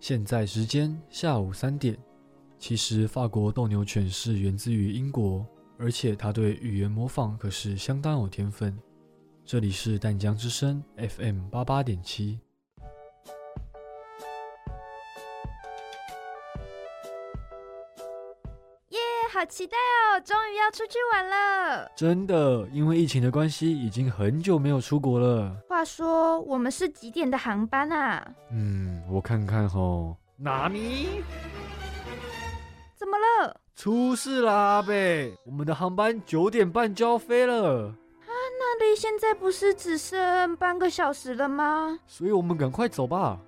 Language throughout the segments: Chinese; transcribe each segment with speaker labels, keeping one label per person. Speaker 1: 现在时间下午三点。其实法国斗牛犬是源自于英国，而且它对语言模仿可是相当有天分。这里是淡江之声 FM 八八点七。
Speaker 2: 耶、哎好期待哦！终于要出去玩了。
Speaker 1: 真的，因为疫情的关系，已经很久没有出国了。
Speaker 2: 话说，我们是几点的航班啊？
Speaker 1: 嗯，我看看吼，纳米
Speaker 2: 怎么了？
Speaker 1: 出事啦，阿贝，我们的航班九点半就要飞了，
Speaker 2: 那离现在不是只剩半个小时了吗？
Speaker 1: 所以我们赶快走吧。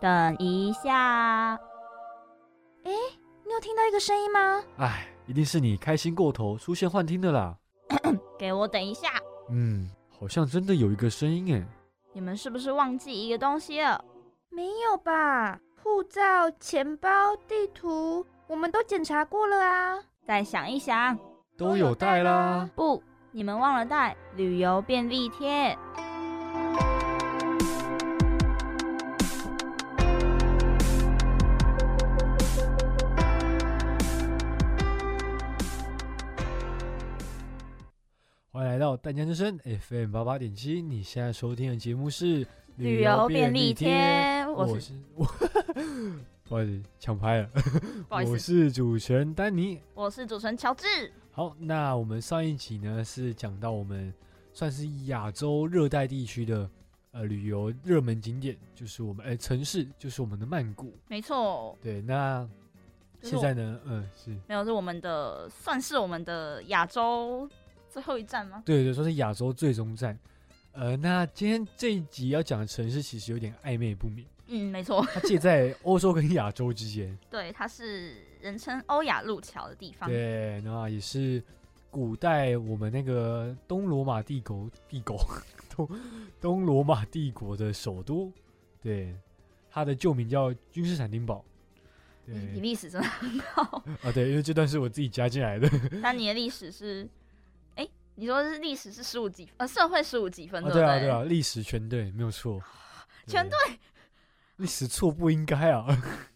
Speaker 3: 等一下，
Speaker 2: 你有听到一个声音吗？
Speaker 1: 哎，一定是你开心过头，出现幻听的啦。
Speaker 3: 给我等一下！
Speaker 1: 嗯，好像真的有一个声音哎。
Speaker 3: 你们是不是忘记一个东西了？
Speaker 2: 没有吧？护照、钱包、地图，我们都检查过了啊。
Speaker 3: 再想一想。
Speaker 1: 都有带啦。
Speaker 3: 不，你们忘了带旅游便利贴。
Speaker 1: 欢迎来到淡江之声 FM 八八点七，你现在收听的节目是
Speaker 3: 旅游便利贴我
Speaker 1: 我
Speaker 3: 是
Speaker 1: 是我， 不好意思，抢拍了。
Speaker 3: 不好意
Speaker 1: 我
Speaker 3: 思，
Speaker 1: 是主持人丹尼。
Speaker 3: 我是主持人乔治。
Speaker 1: 好，那我们上一集呢是讲到我们算是亚洲热带地区的呃旅游热门景点，就是我们哎、城市，就是我们的曼谷。
Speaker 3: 没错，
Speaker 1: 对，那
Speaker 3: 就是
Speaker 1: 现
Speaker 3: 我
Speaker 1: 在呢，嗯、是
Speaker 3: 没有是我们的，算是我们的亚洲最后一站吗？
Speaker 1: 对对，说是亚洲最终站。呃，那今天这一集要讲的城市其实有点暧昧不明，
Speaker 3: 嗯，没错，
Speaker 1: 它介在欧洲跟亚洲之间。
Speaker 3: 对，它是人称欧亚路桥的地方。
Speaker 1: 对，那也是古代我们那个东罗马帝国帝国东东罗马帝国的首都，对，它的旧名叫君士坦丁堡。对
Speaker 3: 你你历 史真的很好，
Speaker 1: 啊，对，因为这段是我自己加进来的。
Speaker 3: 但你的历史是，哎、你说是历史是十五几呃社会十五几分，
Speaker 1: 啊，
Speaker 3: 不
Speaker 1: 对
Speaker 3: 对？
Speaker 1: 啊，对啊，历史全对，没有错，
Speaker 3: 全对，
Speaker 1: 历史错不应该啊，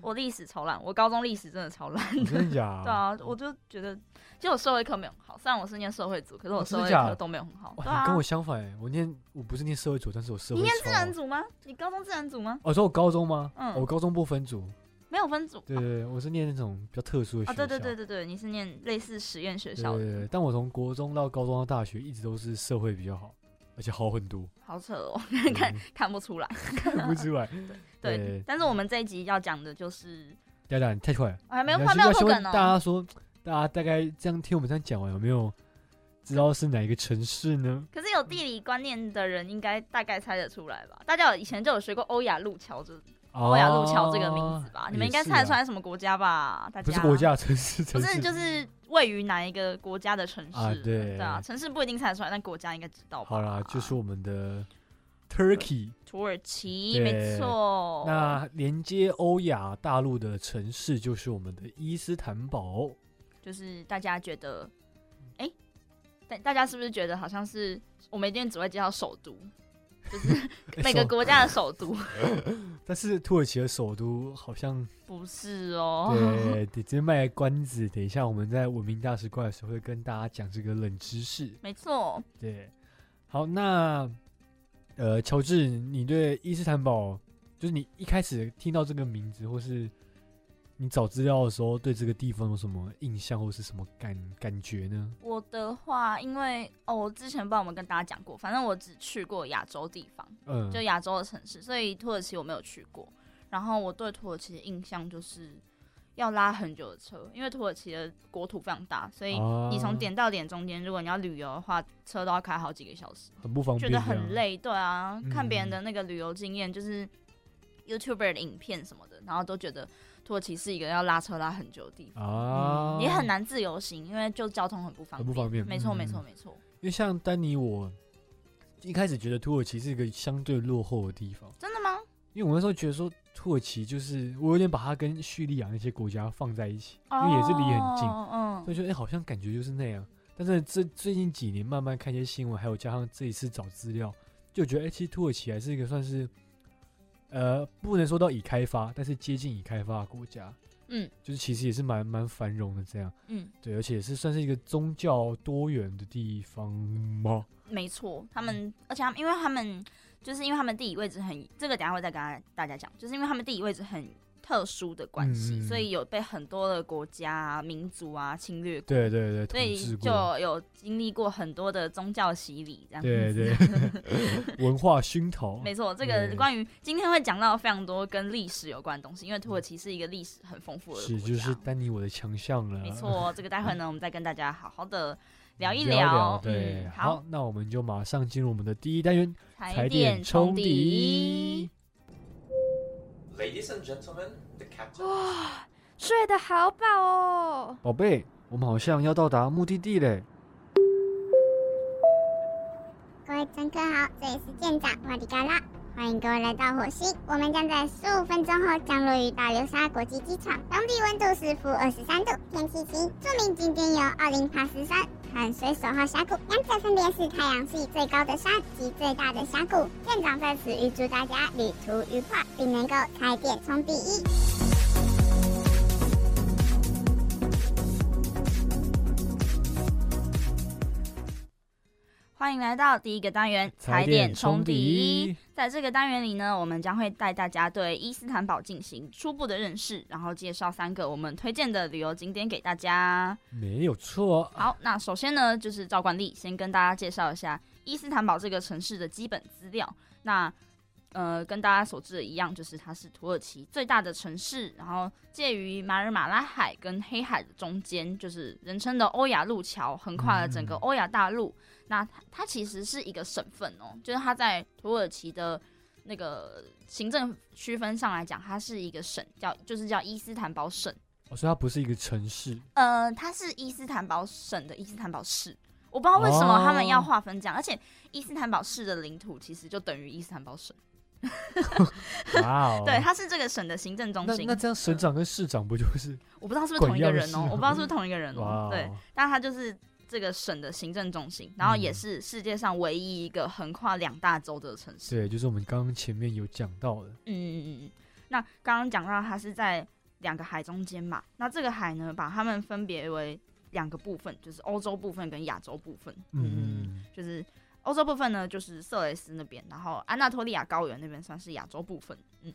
Speaker 3: 我历史超烂，我高中历史真的超烂。
Speaker 1: 你真的假？
Speaker 3: 对啊，我就觉得，其实我社会课没有很好，虽然我是念社会组，可是
Speaker 1: 哦
Speaker 3: 我
Speaker 1: 真
Speaker 3: 社
Speaker 1: 的
Speaker 3: 会
Speaker 1: 假的
Speaker 3: 课都没有很好。
Speaker 1: 哇
Speaker 3: 对
Speaker 1: 你
Speaker 3: 啊，
Speaker 1: 跟我相反欸，我念我不是念社会组，但是我社会
Speaker 3: 你念
Speaker 1: 超
Speaker 3: 自然组吗？你高中自然组吗？
Speaker 1: 哦，说我高中吗？哦
Speaker 3: 嗯
Speaker 1: 我高中不分组，
Speaker 3: 没有分组。
Speaker 1: 对对对，我是念那种比较特殊的学
Speaker 3: 啊，
Speaker 1: 校。
Speaker 3: 对对对对对，你是念类似实验学
Speaker 1: 对
Speaker 3: 校
Speaker 1: 对对
Speaker 3: 的，
Speaker 1: 但我从国中到高中到大学，一直都是社会比较好，而且好很 多，
Speaker 3: 好扯哦，
Speaker 1: 对
Speaker 3: 看看不出来。
Speaker 1: 看不出来。
Speaker 3: 对
Speaker 1: 对，
Speaker 3: 但是我们这一集要讲的就是，
Speaker 1: 大家你太快了，
Speaker 3: 我还没有
Speaker 1: 你
Speaker 3: 还
Speaker 1: 还
Speaker 3: 没
Speaker 1: 是要
Speaker 3: 有破
Speaker 1: 先问
Speaker 3: 梗
Speaker 1: 大
Speaker 3: 哦。
Speaker 1: 家说，大家大概这样听我们这样讲完，有没有知道是哪一个城市呢？
Speaker 3: 可是有地理观念的人应该大概猜得出来吧？大家有以前就有学过欧亚陆桥这欧亚陆桥这个名字吧？
Speaker 1: 哦
Speaker 3: 你们应该
Speaker 1: 也是
Speaker 3: 猜得出
Speaker 1: 啊
Speaker 3: 来什么国家吧？大家
Speaker 1: 不是国家城市，
Speaker 3: 不
Speaker 1: 城
Speaker 3: 是，
Speaker 1: 市
Speaker 3: 就是位于哪一个国家的城市
Speaker 1: 啊对
Speaker 3: 啊，城市不一定猜得出来，但国家应该知道吧？啊
Speaker 1: 好啦，就是我们的 Turkey。
Speaker 3: 土耳其，
Speaker 1: 对
Speaker 3: 没错。
Speaker 1: 那连接欧亚大陆的城市就是我们的伊斯坦 堡。
Speaker 3: 就是大家觉得，哎、大大家是不是觉得好像是我们一定只会介绍首都，就是每个国家的首 都？
Speaker 1: 哎但是土耳其的首都好像
Speaker 3: 不是哦，
Speaker 1: 对，得直接卖个关子。等一下，我们在文明大使馆的时候会跟大家讲这个冷知识。
Speaker 3: 没错。
Speaker 1: 对，好，那呃，乔治，你对伊斯坦堡，就是你一开始听到这个名字，或是你找资料的时候，对这个地方有什么印象，或是什么感感觉呢？
Speaker 3: 我的话，因为哦，我之前不知道有没有跟大家讲过，反正我只去过亚洲地方，
Speaker 1: 嗯，
Speaker 3: 就亚洲的城市，所以土耳其我没有去过。然后我对土耳其的印象就是要拉很久的车，因为土耳其的国土非常大，所以你从
Speaker 1: 啊
Speaker 3: 点到点中间，如果你要旅游的话，车都要开好几个小时，
Speaker 1: 很不方
Speaker 3: 觉
Speaker 1: 便，
Speaker 3: 得很。累。对啊，看别人
Speaker 1: 嗯
Speaker 3: 的那个旅游经验，就是 YouTuber 的影片什么的，然后都觉得土耳其是一个要拉车拉很久的地方。
Speaker 1: 啊、
Speaker 3: 嗯也很，难自由行，因为就交通很不方
Speaker 1: 很不方便
Speaker 3: 没错，
Speaker 1: 嗯
Speaker 3: 没错，没错。
Speaker 1: 因为像丹尼我。一开始觉得土耳其是一个相对落后的地方，
Speaker 3: 真的吗？
Speaker 1: 因为我那时候觉得说土耳其就是我有点把它跟叙利亚那些国家放在一起，因为也是离很近，
Speaker 3: 哦嗯
Speaker 1: 所以觉得哎、好像感觉就是那样。但是这最近几年慢慢看一些新闻，还有加上这一次找资料，就觉得哎、其实土耳其还是一个算是呃，不能说到已开发，但是接近已开发的国家，
Speaker 3: 嗯
Speaker 1: 就是其实也是蛮蛮繁荣的这样。
Speaker 3: 嗯，
Speaker 1: 对，而且也是算是一个宗教多元的地方吗？
Speaker 3: 没错，他
Speaker 1: 嗯
Speaker 3: 们，而且他们，因为他们就是因为他们地理位置很，这个等一下会再跟大大家讲，就是因为他们地理位置很特殊的关系，
Speaker 1: 嗯
Speaker 3: 所以有被很多的国家啊、民族啊侵略过，
Speaker 1: 对对对，
Speaker 3: 所
Speaker 1: 统
Speaker 3: 以
Speaker 1: 治
Speaker 3: 就
Speaker 1: 过，
Speaker 3: 有经历过很多的宗教洗礼，这样子。
Speaker 1: 对对，文化熏陶，
Speaker 3: 没错，这个
Speaker 1: 对
Speaker 3: 关于今天会讲到非常多跟历史有关的东西，因为土耳其是一个历史很丰富的国
Speaker 1: 是
Speaker 3: 家，
Speaker 1: 就是丹尼我的强项了，嗯
Speaker 3: 没，错。这个待会呢，我们再跟大家好好的聊一
Speaker 1: 聊
Speaker 3: 聊。
Speaker 1: 对、
Speaker 3: 嗯，
Speaker 1: 好，，那我们就马上进入我们的第一单元，
Speaker 3: 踩
Speaker 1: 踩点
Speaker 3: 冲
Speaker 1: 冲底。
Speaker 4: Ladies and gentlemen, the captain.
Speaker 2: 睡得好饱哦。
Speaker 1: 宝贝，我们好像要到达目的地嘞。
Speaker 5: 各位乘客好，这里是舰长瓦迪嘎拉，欢迎各位来到火星。我们将在十五分钟后降落于大流沙国际机场，当地温度是负二十三度，天气晴。著名景点有奥林帕斯山和水手号峡谷，两者分别是太阳系最高的山及最大的峡谷。舰长在此预祝大家旅途愉快，并能够开店冲第一。
Speaker 3: 欢迎来到第一个单元
Speaker 1: 踩点冲
Speaker 3: 底
Speaker 1: 底。
Speaker 3: 在这个单元里呢，我们将会带大家对伊斯坦堡进行初步的认识，然后介绍三个我们推荐的旅游景点给大家。
Speaker 1: 没有错啊，
Speaker 3: 好，那首先呢，就是照惯例，先跟大家介绍一下伊斯坦堡这个城市的基本资料。那呃，跟大家所知的一样，就是它是土耳其最大的城市，然后介于马尔马拉海跟黑海的中间，就是人称的欧亚陆桥，横跨了整个
Speaker 1: 嗯
Speaker 3: 欧亚大陆。那它它其实是一个省份哦，就是它在土耳其的那个行政区分上来讲，它是一个省，叫就是叫伊斯坦堡省。
Speaker 1: 哦所以它不是一个城 市，
Speaker 3: 呃，它是伊斯坦堡省的伊斯坦堡市，我不知道为什么他们
Speaker 1: 哦
Speaker 3: 要划分这样，而且伊斯坦堡市的领土其实就等于伊斯坦堡省，
Speaker 1: 哇哦，
Speaker 3: 对，它是这个省的行政中
Speaker 1: 那
Speaker 3: 心
Speaker 1: 那。这样省长跟市长不就是
Speaker 3: 我不知道是不是同一个人
Speaker 1: 滚
Speaker 3: 哦、
Speaker 1: 样式
Speaker 3: 我不知道是不是同一个人
Speaker 1: 啊哇哦
Speaker 3: 哦、对，但它就是这个省的行政中心，然后也
Speaker 1: 嗯
Speaker 3: 是世界上唯一一个横跨两大洲的城市。
Speaker 1: 对，就是我们刚刚前面有讲到的，
Speaker 3: 嗯嗯嗯嗯。那刚刚讲到它是在两个海中间嘛，那这个海呢，把它们分别为两个部分，就是欧洲部分跟亚洲部分。
Speaker 1: 嗯，
Speaker 3: 就是欧洲部分呢，就是色雷斯那边，然后安纳托利亚高原那边算是亚洲部分。嗯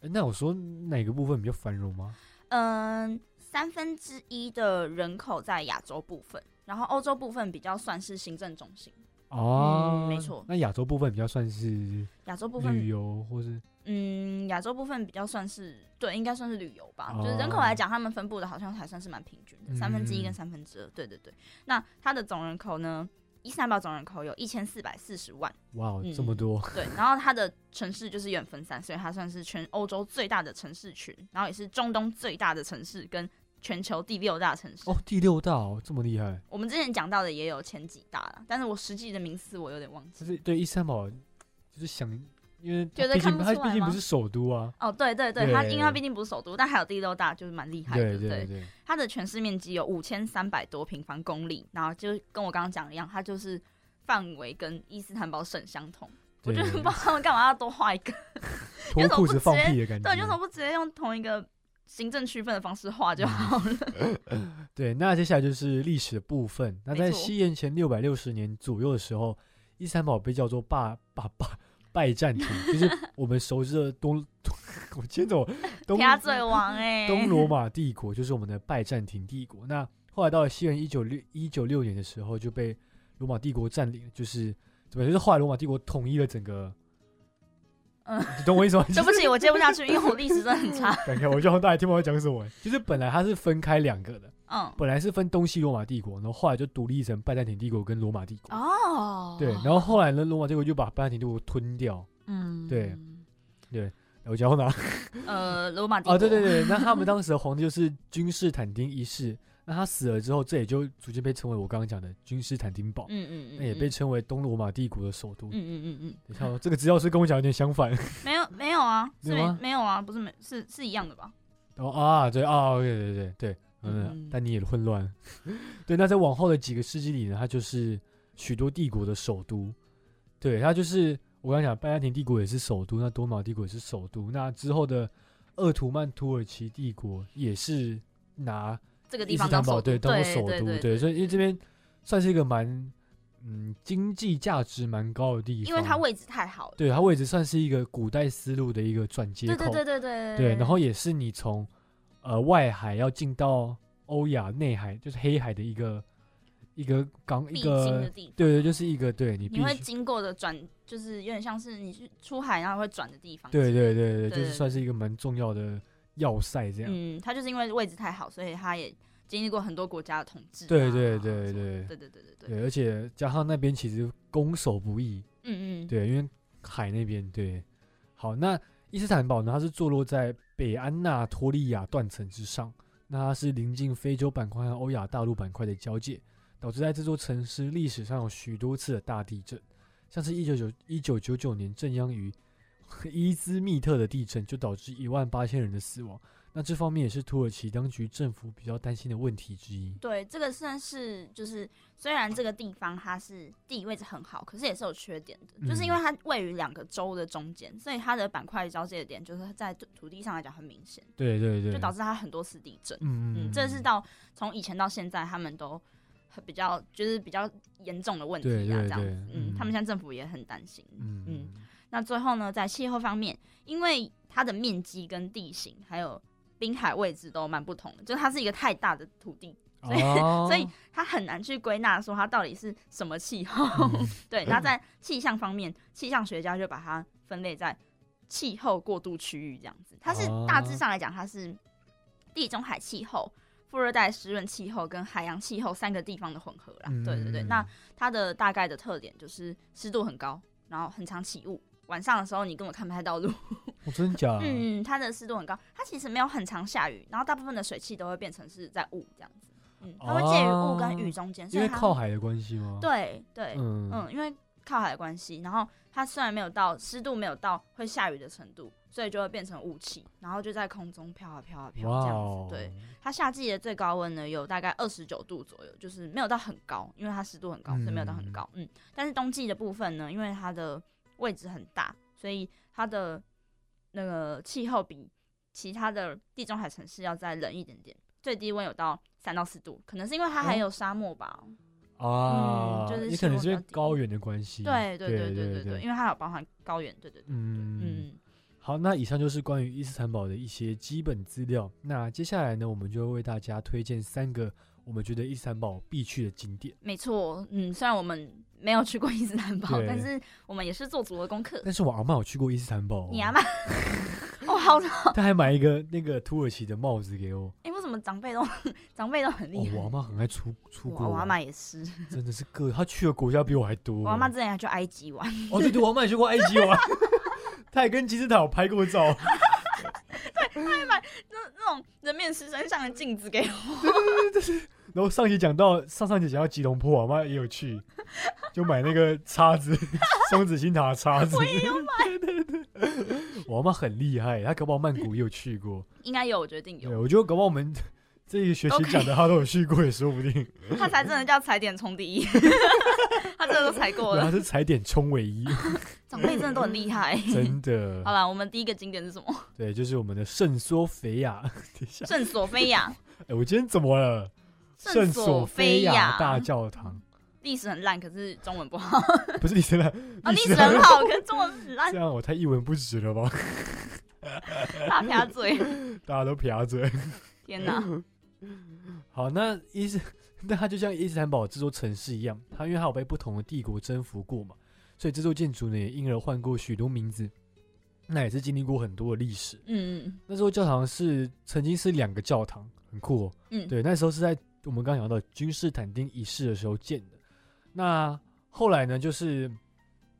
Speaker 1: 诶那我说哪个部分比较繁荣吗？
Speaker 3: 嗯，三分之一的人口在亚洲部分，然后欧洲部分比较算是行政中心，
Speaker 1: 哦，
Speaker 3: 嗯没错
Speaker 1: 那亚洲部分比较算是
Speaker 3: 亚洲部
Speaker 1: 旅
Speaker 3: 分，
Speaker 1: 游或是
Speaker 3: 嗯，亚洲部分比较算是对，应该算是旅游吧。
Speaker 1: 哦
Speaker 3: 就是人口来讲，他们分布的好像还算是蛮平均的，
Speaker 1: 嗯
Speaker 3: 三分之一跟三分之二。对对对，那它的总人口呢？伊斯坦堡总人口有一千四百四十万，
Speaker 1: 哇哦
Speaker 3: 嗯
Speaker 1: 这么多，
Speaker 3: 对，然后它的城市就是有点分散，所以它算是全欧洲最大的城市群，然后也是中东最大的城市跟全球第六大城市。
Speaker 1: 哦，第六大哦，这么厉害，
Speaker 3: 我们之前讲到的也有前几大啦，但是我实际的名次我有点忘记。
Speaker 1: 就是对伊斯坦堡，就是想，因为
Speaker 3: 觉
Speaker 1: 它
Speaker 3: 得
Speaker 1: 毕
Speaker 3: 看
Speaker 1: 竟
Speaker 3: 不
Speaker 1: 它
Speaker 3: 出来
Speaker 1: 毕竟不
Speaker 3: 吗
Speaker 1: 是首都啊，
Speaker 3: 哦，对对对，它
Speaker 1: 对
Speaker 3: 因为它毕竟不是首都，但还有第六大，就是蛮厉害的。
Speaker 1: 对对对，
Speaker 3: 它的全市面积有五千三百多平方公里，然后就跟我刚刚讲的一样，它就是范围跟伊斯坦堡省相同。我就
Speaker 1: 对嗯
Speaker 3: 不知道他们干嘛要多画一个，
Speaker 1: 脱
Speaker 3: 为什么
Speaker 1: 裤
Speaker 3: 不
Speaker 1: 子放
Speaker 3: 直接
Speaker 1: 屁的感觉，
Speaker 3: 对，你为什么不直接用同一个行政区分的方式画
Speaker 1: 嗯
Speaker 3: 就好了？
Speaker 1: 对，那接下来就是历史的部分。那
Speaker 3: 没
Speaker 1: 在
Speaker 3: 错
Speaker 1: 西元前六百六十年左右的时候，伊斯坦堡被叫做霸霸霸拜占庭， 就是我们熟知的东， 东我接着我东
Speaker 3: 鸭嘴王 哎、
Speaker 1: 东罗马帝国，就是我们的拜占庭帝国。那后来到了西元一九六一九六年的时候，就被罗马帝国占领了，就是怎么样就是后来罗马帝国统一了整个。
Speaker 3: 嗯
Speaker 1: 你懂我 意思吗？
Speaker 3: 对不起，我接不下去，因为我历史真的 很差。
Speaker 1: 感觉我就好像大家听不懂我在讲什么。就是本来它是分开两个的，
Speaker 3: 嗯，
Speaker 1: 本来是分东西罗马帝国，然后后来就独立成拜占庭帝国跟罗马帝国。
Speaker 3: 哦，
Speaker 1: 对，然后后来呢，罗马帝国就把拜占庭帝国吞掉。
Speaker 3: 嗯，
Speaker 1: 对，我讲到 哪？
Speaker 3: 呃，罗马帝国，
Speaker 1: 哦，对对对，那他们当时的皇帝就是君士坦丁一世。那他死了之后，这也就逐渐被称为我刚刚讲的君士坦丁堡，
Speaker 3: 嗯嗯嗯，
Speaker 1: 那也被称为东罗马帝国的首都。
Speaker 3: 嗯嗯嗯
Speaker 1: 你看哦，这个资料是跟我讲有点相反。
Speaker 3: 嗯，没有没有啊，是
Speaker 1: 没有
Speaker 3: 没
Speaker 1: 吗
Speaker 3: 没有啊，不是没是是一样的吧？
Speaker 1: 哦啊，对啊，对对对对，嗯
Speaker 3: 嗯，
Speaker 1: 但你也混乱。 对，那在往后的几个世纪里呢，它就是许多帝国的首都。对，它就是我刚讲拜占庭帝国也是首都，那多瑙帝国也是首都，那之后的鄂图曼土耳其帝国也是拿
Speaker 3: 这个地
Speaker 1: 伊斯
Speaker 3: 方
Speaker 1: 坦
Speaker 3: 当
Speaker 1: 堡
Speaker 3: 首
Speaker 1: 对当
Speaker 3: 对
Speaker 1: 做首都，
Speaker 3: 对对嗯
Speaker 1: 所以因为这边算是一个蛮嗯经济价值蛮高的地方，
Speaker 3: 因为它位置太好了。
Speaker 1: 对它位置算是一个古代丝路的一个转接
Speaker 3: 对
Speaker 1: 口，
Speaker 3: 对对对对
Speaker 1: 对，然后也是你从呃外海要进到欧亚内海，就是黑海的一个一个港
Speaker 3: 必
Speaker 1: 一
Speaker 3: 经的
Speaker 1: 个，
Speaker 3: 地方，
Speaker 1: 对对，就是一个对你必
Speaker 3: 你会
Speaker 1: 须，
Speaker 3: 经过的转，就是有点像是你去出海然后会转的地方。
Speaker 1: 对对对对，
Speaker 3: 对
Speaker 1: 就是
Speaker 3: 对
Speaker 1: 算是一个蛮重要的要塞这样。
Speaker 3: 嗯，它就是因为位置太好，所以它也经历过很多国家的统治啊。
Speaker 1: 对对
Speaker 3: 什
Speaker 1: 对
Speaker 3: 么的
Speaker 1: 对
Speaker 3: 对对对对对，
Speaker 1: 对，而且加上那边其实攻守不易，
Speaker 3: 嗯嗯，
Speaker 1: 对，因为海那边对。好，那伊斯坦堡呢，它是坐落在北安纳托利亚断层之上，那它是临近非洲板块和欧亚大陆板块的交界，导致在这座城市历史上有许多次的大地震，像是一九九一九九九年震央于 伊兹密特的地震，就导致一万八千人的死亡。那这方面也是土耳其当局政府比较担心的问题之一。
Speaker 3: 对，这个算是就是，虽然这个地方它是地理位置很好，可是也是有缺点的，就是
Speaker 1: 嗯
Speaker 3: 因为它位于两个州的中间，所以它的板块交界点就是在土土地上来讲很明显，
Speaker 1: 对对对，
Speaker 3: 就导致它很多次地震。
Speaker 1: 嗯嗯
Speaker 3: 嗯，
Speaker 1: 嗯，
Speaker 3: 这是到从以前到现在，他们都很比较就是比较严重的问题
Speaker 1: 对
Speaker 3: 啊，
Speaker 1: 对
Speaker 3: 这样
Speaker 1: 对
Speaker 3: 子。嗯，他
Speaker 1: 嗯
Speaker 3: 们现在政府也很担心。
Speaker 1: 嗯
Speaker 3: 嗯那最后呢，在气候方面，因为它的面积跟地形还有滨海位置都蛮不同的，就是它是一个太大的土地， 所以
Speaker 1: 哦
Speaker 3: 所以它很难去归纳说它到底是什么气
Speaker 1: 嗯
Speaker 3: 候。
Speaker 1: 哦
Speaker 3: 对，那在气象方面，气象学家就把它分类在气候过渡区域这样子。它
Speaker 1: 哦
Speaker 3: 是大致上来讲，它是地中海气候、副热带湿润气候跟海洋气候三个地方的混合啦。
Speaker 1: 嗯
Speaker 3: 对对对，
Speaker 1: 嗯
Speaker 3: 那它的大概的特点就是湿度很高，然后很常起雾。晚上的时候你根本看不太到路，
Speaker 1: 哦真假？
Speaker 3: 嗯，它的湿度很高，它其实没有很常下雨，然后大部分的水汽都会变成是在雾这样子，嗯，它会介于雾跟雨中间，
Speaker 1: 哦因
Speaker 3: 所以
Speaker 1: 为
Speaker 3: 它
Speaker 1: 靠海的关系吗？，
Speaker 3: 对对，
Speaker 1: 嗯
Speaker 3: 嗯，因为靠海的关系，然后它虽然没有到湿度没有到会下雨的程度，所以就会变成雾气，然后就在空中飘啊飘啊飘
Speaker 1: 哇
Speaker 3: 这样
Speaker 1: 哦
Speaker 3: 子。对，，它夏季的最高温呢有大概二十九度左右，就是没有到很高，因为它湿度很高，所以没有到很高。嗯，但是冬季的部分呢，因为它的位置很大，所以它的那个气候比其他的地中海城市要再冷一点点，最低温有到三到四度，可能是因为它还有沙漠吧。
Speaker 1: 啊，
Speaker 3: 嗯就是
Speaker 1: 也可能是因为
Speaker 3: 希望比较低
Speaker 1: 高原的关系。
Speaker 3: 对
Speaker 1: 对
Speaker 3: 对对
Speaker 1: 对
Speaker 3: 对对对，因为它有包含高原，对对对，
Speaker 1: 嗯，
Speaker 3: 嗯，
Speaker 1: 好，那以上就是关于伊斯坦堡的一些基本资料。那接下来呢，我们就为大家推荐三个我们觉得伊斯坦堡必去的景点。
Speaker 3: 没错，嗯，虽然我们没有去过伊斯坦堡，
Speaker 1: 对
Speaker 3: 但是我们也是做足了功课。
Speaker 1: 但是我阿妈有去过伊斯坦堡、哦，
Speaker 3: 你阿妈，哦， 好的，
Speaker 1: 她还买一个那个土耳其的帽子给我。
Speaker 3: 哎、为什么长辈都长辈都很
Speaker 1: 哦
Speaker 3: 厉，害？
Speaker 1: 我阿妈很爱出出
Speaker 3: 我
Speaker 1: 国，
Speaker 3: 我阿妈也是，
Speaker 1: 真的是各，她去的国家比我还多。
Speaker 3: 我阿妈之前还去埃及玩，
Speaker 1: 哦，对对，我阿妈也去过埃及玩， 她也跟金字塔有拍过照。
Speaker 3: 那种人面狮身上的镜子给我，
Speaker 1: 然后上集讲到上上集讲到吉隆坡，啊我妈也有去，就买那个叉子， 双子星塔的叉子。我也有买。 对对对，我妈很厉害，她搞不好曼谷也有去过。
Speaker 3: 应该有，我决定
Speaker 1: 对，
Speaker 3: 有，
Speaker 1: 我觉得搞不好我们 这一学期讲的她都有去过，也说不 定。
Speaker 3: 他才真的叫踩点冲第 一，他真的都踩过
Speaker 1: 对，她
Speaker 3: 了，
Speaker 1: 是踩点冲唯 一，
Speaker 3: 长辈真的都很厉害。
Speaker 1: 真的
Speaker 3: 好。了，我们第一个景点是什 么？
Speaker 1: 对，就是我们的圣索菲亚。等一下，
Speaker 3: 圣索菲亚，
Speaker 1: 哎，我今天怎么了？ 圣索菲亚大教堂，
Speaker 3: 历史很烂，可是中文不好。
Speaker 1: 不是历史了，
Speaker 3: 啊，历
Speaker 1: 历史
Speaker 3: 史很好，可是中文很烂
Speaker 1: 这，样我太一文不值了吧？
Speaker 3: 大撇嘴。
Speaker 1: 大家都撇嘴。
Speaker 3: 天哪，
Speaker 1: 好，那伊斯， 那它就像伊斯坦堡这座城市一样，它因为它有被不同的帝国征服过嘛，所以这座建筑呢也因而换过许多名字。那也是经历过很多的历史。
Speaker 3: 嗯
Speaker 1: 那座教堂是曾经是两个教堂，很酷、哦。
Speaker 3: 嗯，
Speaker 1: 对，那时候是在我们刚刚讲到君士坦丁一世的时候建的。那后来呢，就是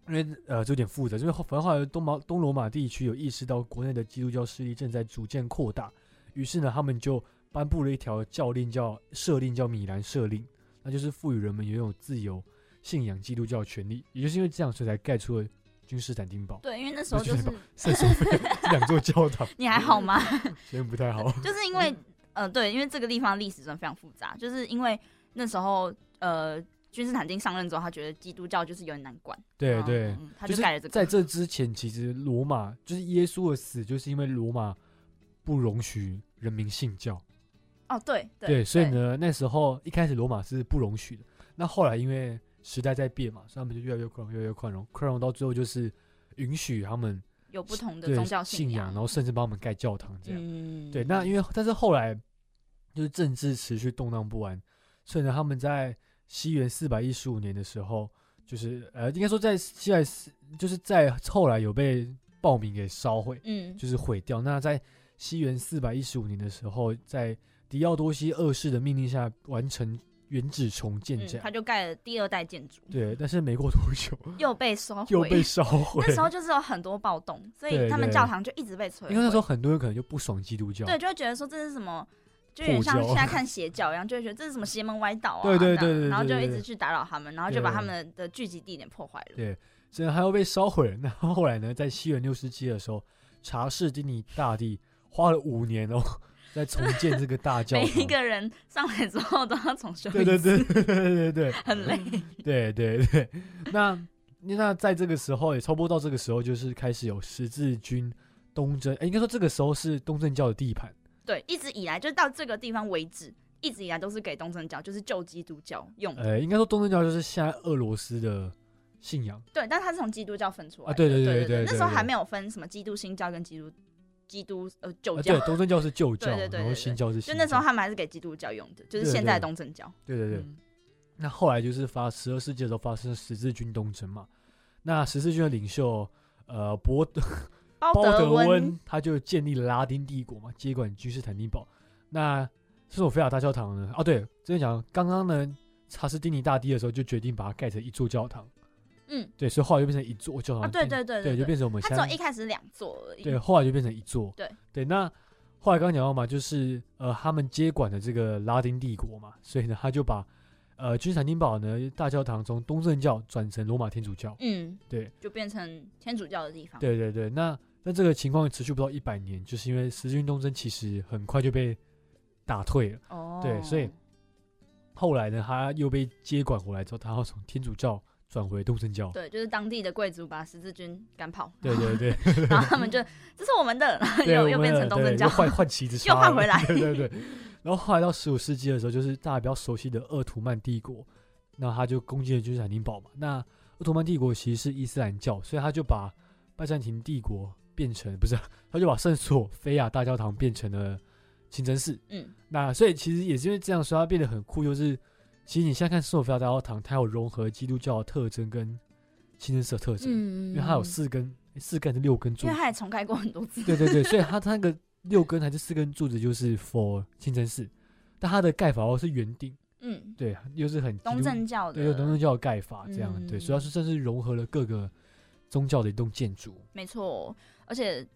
Speaker 1: 因为呃，这有点复杂，就是后反正后来东马东罗马地区有意识到国内的基督教势力正在逐渐扩大，于是呢，他们就颁布了一条教令叫赦令，叫米兰赦令，那就是赋予人们拥有自由信仰基督教的权利。也就是因为这样，所以才盖出了君士坦丁 堡、
Speaker 3: 对，因为那时候就
Speaker 1: 不是
Speaker 3: 是
Speaker 1: 圣索菲亚这两座教堂，
Speaker 3: 你还好吗？
Speaker 1: 虽然不太好。
Speaker 3: 就是因
Speaker 1: 嗯
Speaker 3: 为呃，对，因为这个地方历史真的非常复杂，就是因为那时候呃。君士坦丁上任之后，他觉得基督教就是有点难管，
Speaker 1: 对
Speaker 3: 嗯
Speaker 1: 对，
Speaker 3: 嗯他
Speaker 1: 就
Speaker 3: 就是改了这个。
Speaker 1: 在这之前，其实罗马就是耶稣的死，就是因为罗马不容许人民信教，
Speaker 3: 哦，对对
Speaker 1: 对，所以呢，那时候一开始罗马是不容许的。那后来因为时代在变嘛，所以他们就越来越宽容，越来越宽容，宽容到最后就是允许他们
Speaker 3: 有不同的
Speaker 1: 对
Speaker 3: 宗教
Speaker 1: 信
Speaker 3: 仰，
Speaker 1: 然后甚至帮他们盖教堂这样。
Speaker 3: 嗯，
Speaker 1: 对，那因为但是后来就是政治持续动荡不安，所以呢，他们在西元四百一十五年的时候，就是呃，应该说在西来斯，就是在后来有被暴民给烧毁，
Speaker 3: 嗯
Speaker 1: 就是毁掉。那在西元四百一十五年的时候，在狄奥多西二世的命令下完成原址重建这
Speaker 3: 嗯，他
Speaker 1: 样。
Speaker 3: 就盖了第二代建筑，
Speaker 1: 对，但是没过多 久
Speaker 3: 又被烧
Speaker 1: 嗯又
Speaker 3: 毁
Speaker 1: 被。烧毁
Speaker 3: 那，时候就是有很多暴动，所
Speaker 1: 对
Speaker 3: 以他们
Speaker 1: 对
Speaker 3: 教堂就一直被摧毁。
Speaker 1: 因为那时候很多人可能就不爽基督教，
Speaker 3: 对，就会觉得说这是什么，就有点
Speaker 1: 护
Speaker 3: 像
Speaker 1: 教
Speaker 3: 现在看邪教一样，就会觉得这是什么邪门歪道啊，
Speaker 1: 对对
Speaker 3: 这样
Speaker 1: 对对
Speaker 3: 然后就
Speaker 1: 对
Speaker 3: 一
Speaker 1: 对
Speaker 3: 直去打扰他们，然后就把
Speaker 1: 对
Speaker 3: 他们的聚集地点破坏了。
Speaker 1: 对所以还要被烧毁 了。那后来呢，在西元六世纪的时候，查士丁尼大帝花了五年哦， 在重建这个大教
Speaker 3: 每
Speaker 1: 堂。
Speaker 3: 一个人上来之后都要重修一
Speaker 1: 对
Speaker 3: 次，
Speaker 1: 对对对对对对
Speaker 3: 很累。
Speaker 1: 对对对。 那那在这个时候，也差不多到这个时候，就是开始有十字军东征，哎，应该说这个时候是东正教的地盘。
Speaker 3: 对，一直以来就到这个地方为止，一直以来都是给东正教，就是旧基督教用的。
Speaker 1: 呃，应该说东正教就是现在俄罗斯的信仰。
Speaker 3: 对，但它是从基督教分出来
Speaker 1: 啊
Speaker 3: 的。
Speaker 1: 对对
Speaker 3: 对
Speaker 1: 对对对
Speaker 3: 那时候
Speaker 1: 对
Speaker 3: 还
Speaker 1: 对
Speaker 3: 没有分什么基督新教跟基督基督呃旧
Speaker 1: 啊，
Speaker 3: 教
Speaker 1: 对，，东正教是旧教，
Speaker 3: 对对对对
Speaker 1: 然后
Speaker 3: 对
Speaker 1: 新教是新
Speaker 3: 就那时候
Speaker 1: 教
Speaker 3: 他们还是给基督教用的，就是
Speaker 1: 对
Speaker 3: 现在的
Speaker 1: 对
Speaker 3: 东正教。
Speaker 1: 对对对。
Speaker 3: 嗯
Speaker 1: 那后来就是发十二世纪的时候发生十字军东征嘛，那十字军的领袖呃伯德
Speaker 3: 包
Speaker 1: 包
Speaker 3: 德
Speaker 1: 德
Speaker 3: 温
Speaker 1: 温他就建立了拉丁帝国嘛，接管君士坦丁堡。那圣索菲亚大教堂呢？哦、对，之前讲刚刚呢，查士丁尼大帝的时候就决定把它盖成一座教堂，
Speaker 3: 嗯，
Speaker 1: 对，所以后来就变成一座教堂，
Speaker 3: 啊，对
Speaker 1: 变
Speaker 3: 对对
Speaker 1: 哦对，就变成我们
Speaker 3: 它
Speaker 1: 现
Speaker 3: 只有一
Speaker 1: 在
Speaker 3: 开始两座而已。
Speaker 1: 对，后来就变成一座，
Speaker 3: 对
Speaker 1: 对。那后来刚刚讲到嘛，就是呃，他们接管的这个拉丁帝国嘛，所以呢，他就把呃君士坦丁堡呢大教堂从东正教转成罗马天主教，
Speaker 3: 嗯，
Speaker 1: 对，
Speaker 3: 就变成天主教的地方。
Speaker 1: 对对对，那那这个情况持续不到一百年，就是因为十字军东征其实很快就被打退了。
Speaker 3: 哦，
Speaker 1: 对所以后来呢，他又被接管回来之后，他要从天主教转回东正教。
Speaker 3: 对，就是当地的贵族把十字军赶跑，
Speaker 1: 对对 对，
Speaker 3: 然后 他们就这是我们的， 然后
Speaker 1: 对，
Speaker 3: 又
Speaker 1: 我
Speaker 3: 又
Speaker 1: 们
Speaker 3: 变
Speaker 1: 的
Speaker 3: 成东
Speaker 1: 对
Speaker 3: 正教
Speaker 1: 又。换换旗子
Speaker 3: 又
Speaker 1: 插
Speaker 3: 换
Speaker 1: 了
Speaker 3: 回来
Speaker 1: 对对对。然后后来到十五世纪的时候，就是大家比较熟悉的鄂图曼帝国，那他就攻进了君士坦丁堡嘛。那鄂图曼帝国其实是伊斯兰教，所以他就把拜占庭帝国变成不是，啊他就把圣索菲亚大教堂变成了清真寺。
Speaker 3: 嗯，
Speaker 1: 那所以其实也是因为这样，所以它变得很酷。就是其实你现在看圣索菲亚大教堂，它有融合基督教的特征跟清真寺的特征，
Speaker 3: 嗯
Speaker 1: 因为它有，四根、诶四根还是六根柱
Speaker 3: 因为
Speaker 1: 子，
Speaker 3: 他也重盖过很多次。
Speaker 1: 对对对，所以它它那个六根还是四根柱子就是 for 清真寺，但它的盖法哦是圆顶，
Speaker 3: 嗯，
Speaker 1: 对，又是很基督
Speaker 3: 东正教的，
Speaker 1: 对，有东正教的盖法这样，对，
Speaker 3: 嗯
Speaker 1: 所以它是算是融合了各个宗教的一栋建筑。
Speaker 3: 没错。而且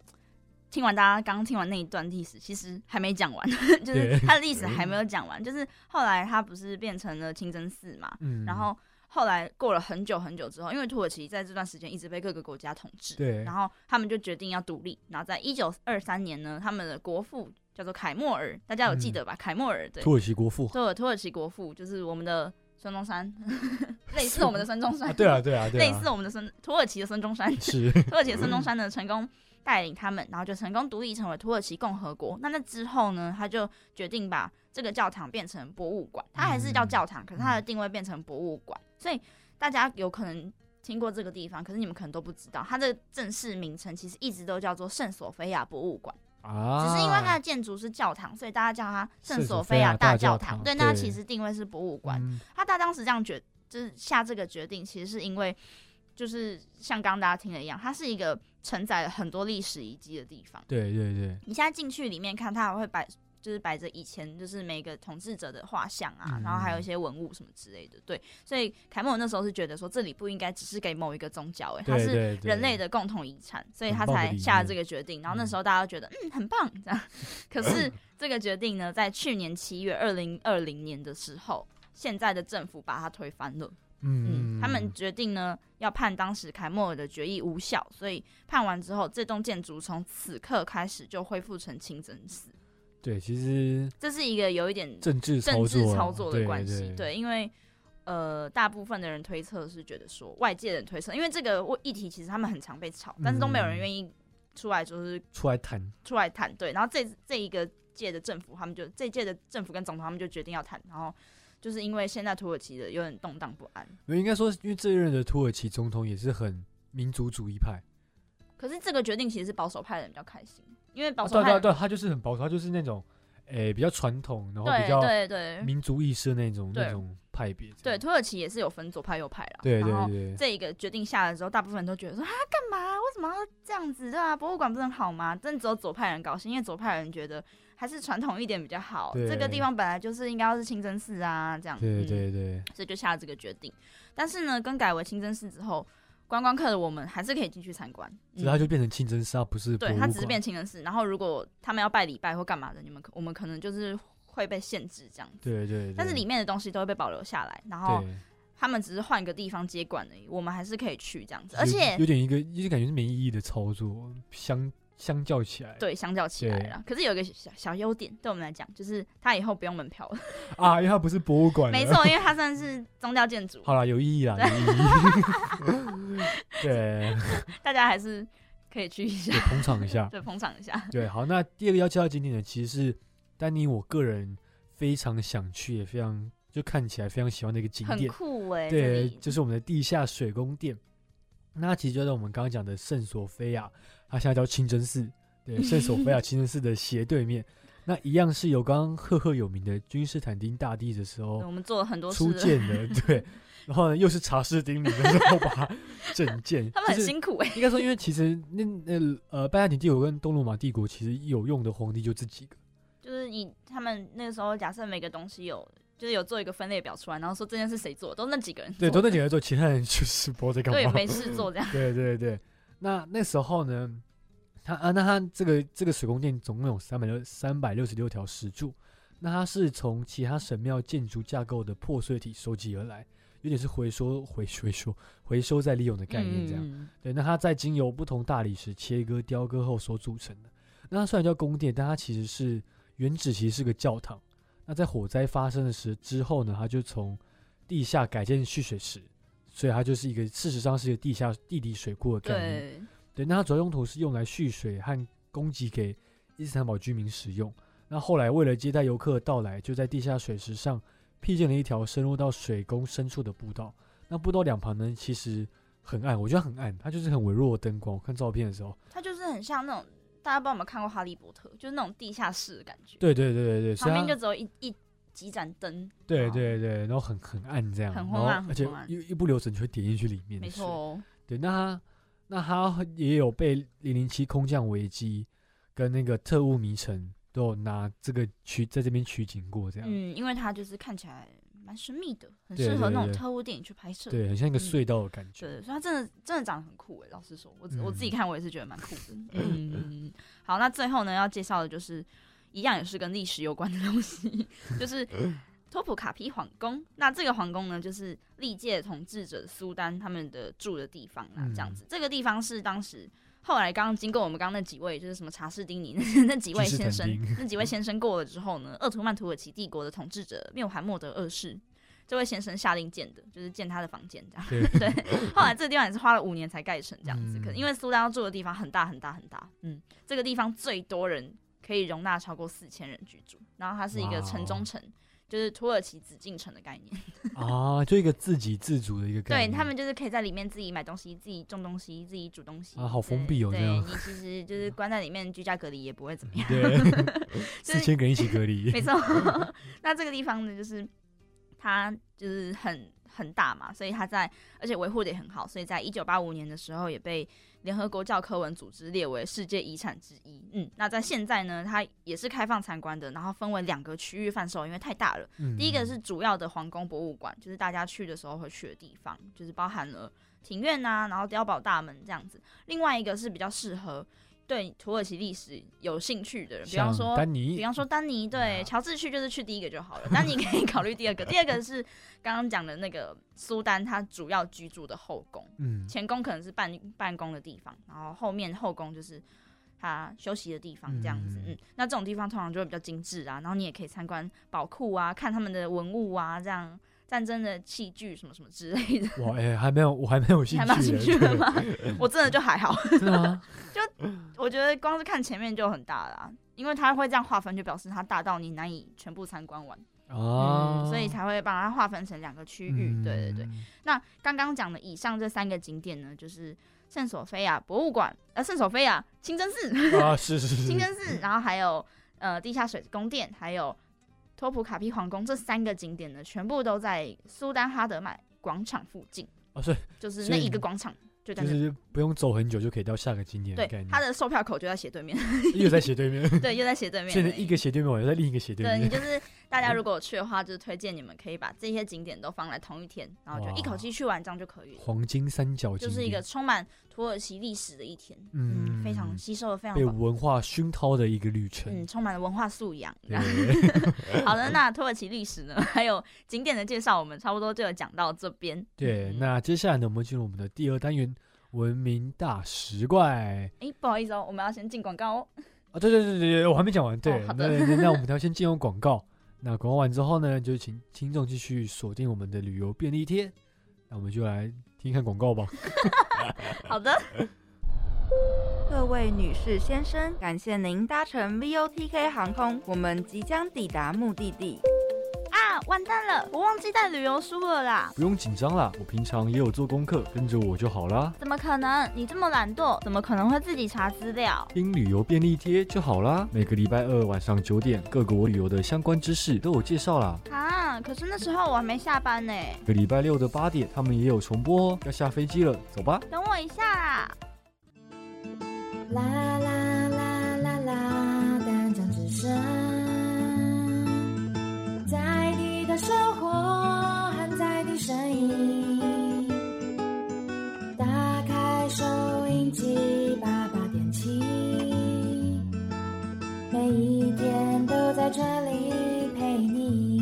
Speaker 3: 听完大家刚刚听完那一段历史，其实还没讲完， 就是
Speaker 1: 对
Speaker 3: 它的历史还没有讲完。就是后来它不是变成了清真寺嘛，
Speaker 1: 嗯，
Speaker 3: 然后后来过了很久很久之后，因为土耳其在这段时间一直被各个国家统治，
Speaker 1: 对
Speaker 3: 然后他们就决定要独立。然后在一九二三年呢，他们的国父叫做凯末尔，大家有记得吧？凯末尔对，
Speaker 1: 嗯土耳其国父
Speaker 3: 对，土耳其国父就是我们的孙中山， 类似我们的孙中山，
Speaker 1: 啊，对啊，对啊，对
Speaker 3: 类
Speaker 1: 啊
Speaker 3: 似，我们的孙土耳其的孙中山，
Speaker 1: 是，
Speaker 3: 土耳其的孙中山呢成功带领他们，然后就成功独立成为土耳其共和国。那那之后呢，他就决定把这个教堂变成博物馆，它还是
Speaker 1: 嗯
Speaker 3: 叫教堂，可是它的定位变成博物馆，所以大家有可能。听过这个地方，可是你们可能都不知道，它的正式名称其实一直都叫做圣索菲亚博物馆，
Speaker 1: 啊，
Speaker 3: 只是因为它的建筑是教堂，所以大家叫它圣
Speaker 1: 圣索
Speaker 3: 索
Speaker 1: 菲
Speaker 3: 菲
Speaker 1: 亚
Speaker 3: 亚
Speaker 1: 大
Speaker 3: 大
Speaker 1: 教
Speaker 3: 教
Speaker 1: 堂
Speaker 3: 堂。对，那它
Speaker 1: 对
Speaker 3: 其实定位是博物馆，
Speaker 1: 嗯
Speaker 3: 他他当时这样决，就是下这个决定，其实是因为就是像刚刚大家听的一样，它是一个承载了很多历史遗迹的地方。
Speaker 1: 对对对，
Speaker 3: 你现在进去里面看，它还会摆，就是摆着以前就是每个统治者的画像啊，
Speaker 1: 嗯
Speaker 3: 然后还有一些文物什么之类的。对，所以凯莫尔那时候是觉得说，这里不应该只是给某一个宗教、欸，它
Speaker 1: 对
Speaker 3: 是
Speaker 1: 对对
Speaker 3: 人类的共同遗产，所以
Speaker 1: 很
Speaker 3: 他
Speaker 1: 棒的
Speaker 3: 才
Speaker 1: 理
Speaker 3: 下了
Speaker 1: 念
Speaker 3: 这个决定。然后那时候大家都觉得，嗯，很棒这样。可
Speaker 1: 嗯
Speaker 3: 是这个决定呢，在去年七月二零二零年的时候，现在的政府把它推翻了。
Speaker 1: 嗯，
Speaker 3: 嗯，他们决定呢要判当时凯莫尔的决议无效，所以判完之后，这栋建筑从此刻开始就恢复成清真寺。
Speaker 1: 对其实
Speaker 3: 这是一个有一点
Speaker 1: 政治
Speaker 3: 政
Speaker 1: 操
Speaker 3: 治
Speaker 1: 作啊
Speaker 3: 操作的
Speaker 1: 对
Speaker 3: 关系，
Speaker 1: 对
Speaker 3: 因为。呃，大部分的人推测是觉得说，外界人推测，因为这个议题其实他们很常被炒，但是都没有人
Speaker 1: 嗯
Speaker 3: 愿意出来，就是
Speaker 1: 出来谈，
Speaker 3: 出来谈对。然后这这一个届的政府，他们就这一届的政府跟总统，他们就决定要谈。然后就是因为现在土耳其的有点动荡不安，
Speaker 1: 没有应该说，因为这一任的土耳其总统也是很民族主义派，
Speaker 3: 可是这个决定其实是保守派的人比较开心，因为保
Speaker 1: 啊
Speaker 3: 守
Speaker 1: 对
Speaker 3: 派
Speaker 1: 对
Speaker 3: 人、
Speaker 1: 对，他就是很保守，他就是那种，诶、比较传统，然后比较
Speaker 3: 对对对
Speaker 1: 民族意识的那种
Speaker 3: 对
Speaker 1: 那种派别这
Speaker 3: 对，
Speaker 1: 样，
Speaker 3: 土耳其也是有分左派右派啦。
Speaker 1: 对
Speaker 3: 然后
Speaker 1: 对对对，
Speaker 3: 这一个决定下来之后，大部分人都觉得说啊，干嘛？为什么要这样子？对啊，博物馆不是很好吗？但只有左派人高兴，因为左派人觉得还是传统一点比较好。
Speaker 1: 对
Speaker 3: 这个地方本来就是应该要是清真寺啊，这样。
Speaker 1: 对
Speaker 3: 嗯
Speaker 1: 对对，
Speaker 3: 所以就下了这个决定。但是呢，更改为清真寺之后，观光客的我们还是可以进去参观。嗯
Speaker 1: 所以他就变成清真寺，它不是
Speaker 3: 对
Speaker 1: 博物
Speaker 3: 它只是
Speaker 1: 馆
Speaker 3: 变清真寺，然后如果他们要拜礼拜或干嘛的，你们可我们可能就是会被限制这样子。
Speaker 1: 对对对，
Speaker 3: 但是里面哦的东西都会被保留下来，然后
Speaker 1: 对，
Speaker 3: 他们只是换个地方接管而已，我们还是可以去这样子。
Speaker 1: 有
Speaker 3: 而且
Speaker 1: 有点一个，就是感觉是没意义的操作，相相较起来，
Speaker 3: 对，相较起来
Speaker 1: 对
Speaker 3: 啦，可是有一个小小优点，对我们来讲，就是它以后不用门票了。
Speaker 1: 啊，因为它不是博物馆，
Speaker 3: 没，错，因为它算是宗教建筑，
Speaker 1: 好啦，有意义啦，有意义， 对，
Speaker 3: 大家还是可以去一下
Speaker 1: 也，捧场一下，
Speaker 3: 对，捧场一下。
Speaker 1: 对，好，那第二个要介绍的景点呢，其实是丹尼我个人非常想去，也非常就看起来非常喜欢的一个景
Speaker 3: 很
Speaker 1: 点，
Speaker 3: 酷哎、这
Speaker 1: 对，
Speaker 3: 里
Speaker 1: 就是我们的地下水宫殿。那它其实就在我们刚刚讲的圣索菲亚，它现在叫清真寺，对，圣索 菲亚清真寺的斜对面，那一样是由刚刚赫赫有名的君士坦丁大帝的时
Speaker 3: 对
Speaker 1: 候
Speaker 3: 我们做了很多
Speaker 1: 初
Speaker 3: 事了，
Speaker 1: 建的，对，然后呢又是查士丁尼的时候把它 整建，
Speaker 3: 他们
Speaker 1: 就
Speaker 3: 很
Speaker 1: 是
Speaker 3: 辛苦哎、
Speaker 1: 应该说，因为其实那那呃，拜占庭帝国跟东罗马帝国其实有用的皇帝就这几个，
Speaker 3: 就是以他们那个时候，假设每个东西有，就是有做一个分类表出来，然后说这件是谁做的，都那几个人
Speaker 1: 对，都那
Speaker 3: 做的
Speaker 1: 几个人做，其他人就是不知道在干
Speaker 3: 对
Speaker 1: 嘛。
Speaker 3: 没事做这样。
Speaker 1: 对对对，那那时候呢，他啊，那他这个这个水宫殿总共有三百六三百六十六条石柱，那它是从其他神庙建筑架构的破碎体收集而来，有点是回收回回收回收再利用的 概念这样。
Speaker 3: 嗯
Speaker 1: 对，那它在经由不同大理石切割、雕刻后所组成的。那它虽然叫宫殿，但它其实是原址，其实是个教堂。那在火灾发生的时之后呢，它就从地下改建蓄水池，所以它就是一个事实上是一个地下地底水库的概念。
Speaker 3: 对，
Speaker 1: 对，那它主要用途是用来蓄水和供给给伊斯坦堡居民使用。那后来为了接待游客的到来，就在地下水池上辟建了一条深入到水宫深处的步道。那步道两旁呢，其实很暗，我觉得很暗，它就是很微弱的灯光。我看照片的时候，
Speaker 3: 它就是很像那种大家不知道有没有看过《哈利波特》，就是那种地下室的感觉，
Speaker 1: 对对对对对，所
Speaker 3: 旁
Speaker 1: 以
Speaker 3: 边
Speaker 1: 它
Speaker 3: 就只有一一几盏灯，
Speaker 1: 对
Speaker 3: 哦
Speaker 1: 对对，然后很很暗这样，
Speaker 3: 很
Speaker 1: 然
Speaker 3: 昏
Speaker 1: 后
Speaker 3: 暗
Speaker 1: 而且
Speaker 3: 很昏暗
Speaker 1: 一一不留神就会跌进去里面的
Speaker 3: 没
Speaker 1: 水
Speaker 3: 错。哦。
Speaker 1: 对，那他那他也有被零零七空降危机跟那个特务迷城都有拿这个取在这边取景过，这样、
Speaker 3: 嗯，因为它就是看起来蛮神秘的，很
Speaker 1: 对
Speaker 3: 适合
Speaker 1: 对
Speaker 3: 那种
Speaker 1: 对
Speaker 3: 特务电影去拍摄。
Speaker 1: 对，很像一个
Speaker 3: 嗯
Speaker 1: 隧道的感觉。
Speaker 3: 对，所以它真的真的长得很酷诶，欸老实说，我自、我自己
Speaker 1: 嗯
Speaker 3: 看我也是觉得蛮 酷的。嗯，好，那最后呢要介绍的就是一样也是跟历史有关的东西， 就是托普卡皮皇宫。那这个皇宫呢，就是历届统治者苏丹他们的住的地方啦，这样
Speaker 1: 嗯
Speaker 3: 子。这个地方是当时。后来刚刚经过我们刚刚那几位，就是什么查士丁尼 那几位
Speaker 1: 君士
Speaker 3: 先
Speaker 1: 坦
Speaker 3: 生
Speaker 1: 丁，
Speaker 3: 那几位先生过了之后呢，鄂图曼土耳其帝国的统治者缪罕默德二世，这位先生下令建的，就是建他的房间这样。
Speaker 1: 对
Speaker 3: 对，后来这个地方也是花了五年才盖成这样子，
Speaker 1: 嗯
Speaker 3: 可因为苏丹要住的地方很大很大很大，嗯，这个地方最多人可以容纳超过四千人居住，然后它是一
Speaker 1: 哇
Speaker 3: 个
Speaker 1: 哦
Speaker 3: 城中城，就是土耳其紫禁城的概念，
Speaker 1: 啊，就一个自给自足的一个概
Speaker 3: 对
Speaker 1: 念。
Speaker 3: 他们就是可以在里面自己买东西、自己种东西、自己煮东西
Speaker 1: 啊好封闭哦
Speaker 3: 对
Speaker 1: 这
Speaker 3: 对
Speaker 1: 样
Speaker 3: 你其实就是关在里面居家隔离也不会怎么样，
Speaker 1: 对
Speaker 3: 就是
Speaker 1: 四千个人一起隔离，
Speaker 3: 没错。 那这个地方呢，就是它就是很很大嘛，所以它在而且维护的也很好，所以在一九八五年的时候也被联合国教科文组织列为世界遗产之一。嗯，那在现在呢，它也是开放参观的，然后分为两个区域贩售，因为太大了。
Speaker 1: 嗯
Speaker 3: 第一个是主要的皇宫博物馆，就是大家去的时候会去的地方，就是包含了庭院啊，然后碉堡大门这样子。另外一个是比较适合对土耳其历史有兴趣的人，比方
Speaker 1: 像
Speaker 3: 说
Speaker 1: 丹
Speaker 3: 比
Speaker 1: 尼，
Speaker 3: 方说丹尼对
Speaker 1: 啊
Speaker 3: 乔治去就是去第一个就 好了，丹尼可以考虑第二个。第二个是刚刚讲的那个苏丹，他主要居住的后宫，
Speaker 1: 嗯，
Speaker 3: 前宫可能是办办公的地方，然后后面后宫就是他休息的地方这样子。嗯
Speaker 1: 嗯
Speaker 3: 那这种地方通常就会比较精致啊，然后你也可以参观宝库啊，看他们的文物啊，这样战争的器具啊什么什么之类的。
Speaker 1: 哇，哎、还没有，我还没有兴
Speaker 3: 还
Speaker 1: 趣
Speaker 3: 蛮
Speaker 1: 耶，
Speaker 3: 兴趣的 吗？我真的就还好，
Speaker 1: 对？真的吗？
Speaker 3: 我觉得光是看前面就很大啦、因为它会这样划分，就表示它大到你难以全部参观完，
Speaker 1: 啊，
Speaker 3: 嗯，所以才会把它划分成两个区域。对对对。
Speaker 1: 嗯，
Speaker 3: 那刚刚讲的以上这三个景点呢，就是圣索菲亚博物馆，呃，圣索菲亚清真寺，
Speaker 1: 啊，是是是，
Speaker 3: 清真寺，然后还有呃地下水宫殿，还有托普卡皮皇宫这三个景点呢，全部都在苏丹哈德曼广场附近，
Speaker 1: 啊，所以
Speaker 3: 就是
Speaker 1: 所
Speaker 3: 那
Speaker 1: 以
Speaker 3: 一个广场就在
Speaker 1: 就
Speaker 3: 那。
Speaker 1: 是不用走很久就可以到下个景点的概
Speaker 3: 对，
Speaker 1: 念。
Speaker 3: 它的售票口就在斜对面，
Speaker 1: 又在斜对面，
Speaker 3: 对，就在斜对面
Speaker 1: 现
Speaker 3: 而
Speaker 1: 在
Speaker 3: 已。
Speaker 1: 一个斜对面，我又在另一个斜对
Speaker 3: 对你
Speaker 1: 面。
Speaker 3: 就是 大家如果有去的话，就是推荐你们可以把这些景点都放在同一天，然后就一口气去完，这样就可以了。
Speaker 1: 黄金三角景
Speaker 3: 就是一个
Speaker 1: 点
Speaker 3: 充满土耳其历史的一天，
Speaker 1: 嗯
Speaker 3: 非常吸收了非常
Speaker 1: 被
Speaker 3: 棒
Speaker 1: 文化熏陶的一个旅程
Speaker 3: 嗯，。啊充满了文化素养。
Speaker 1: 对，
Speaker 3: 好的，那土耳其历史呢， 还有景点的介绍，我们差不多就有讲到这边。
Speaker 1: 对，
Speaker 3: 嗯
Speaker 1: 那接下来呢，我们进入我们的第二单元——文明大食怪
Speaker 3: 诶，不好意思哦，我们要先进广告哦。
Speaker 1: 啊！对对对对对，我还没讲完。对，
Speaker 3: 好
Speaker 1: 那
Speaker 3: 的
Speaker 1: 那那我们要先进入广告。那广告完之后呢，就请听众继续锁定我们的旅游便利贴。那我们就来听一看广告吧。
Speaker 3: 好的，
Speaker 6: 各位女士、先生，感谢您搭乘 VOTK 航空，我们即将抵达目的地。
Speaker 3: 啊，完蛋了，我忘记带旅游书了啦。
Speaker 1: 不用紧张啦，我平常也有做功课，跟着我就好啦。
Speaker 3: 怎么可能？你这么懒惰，怎么可能会自己查资料？
Speaker 1: 听旅游便利贴就好啦。每个礼拜二晚上九点，各国旅游的相关知识都有介绍啦。
Speaker 3: 啊，可是那时候我还没下班呢。
Speaker 1: 每个礼拜六的八点，他们也有重播哦。要下飞机了，走吧。
Speaker 3: 等我一下啦。
Speaker 7: 啦啦啦啦啦，淡江之声，在地的生活和在地声音。打开收音机，把八点七，每一天都在这里陪你。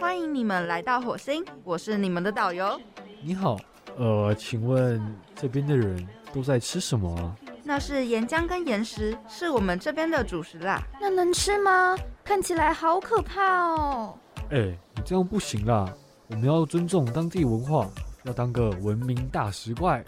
Speaker 6: 欢迎你们来到火星，我是你们的导游。
Speaker 1: 你好，呃，请问这边的人都在吃什么啊？
Speaker 6: 那是岩浆跟岩石，是我们这边的主食啦。
Speaker 2: 那能吃吗？看起来好可怕哦！
Speaker 1: 哎，你这样不行啦，我们要尊重当地文化，要当个文明大食怪。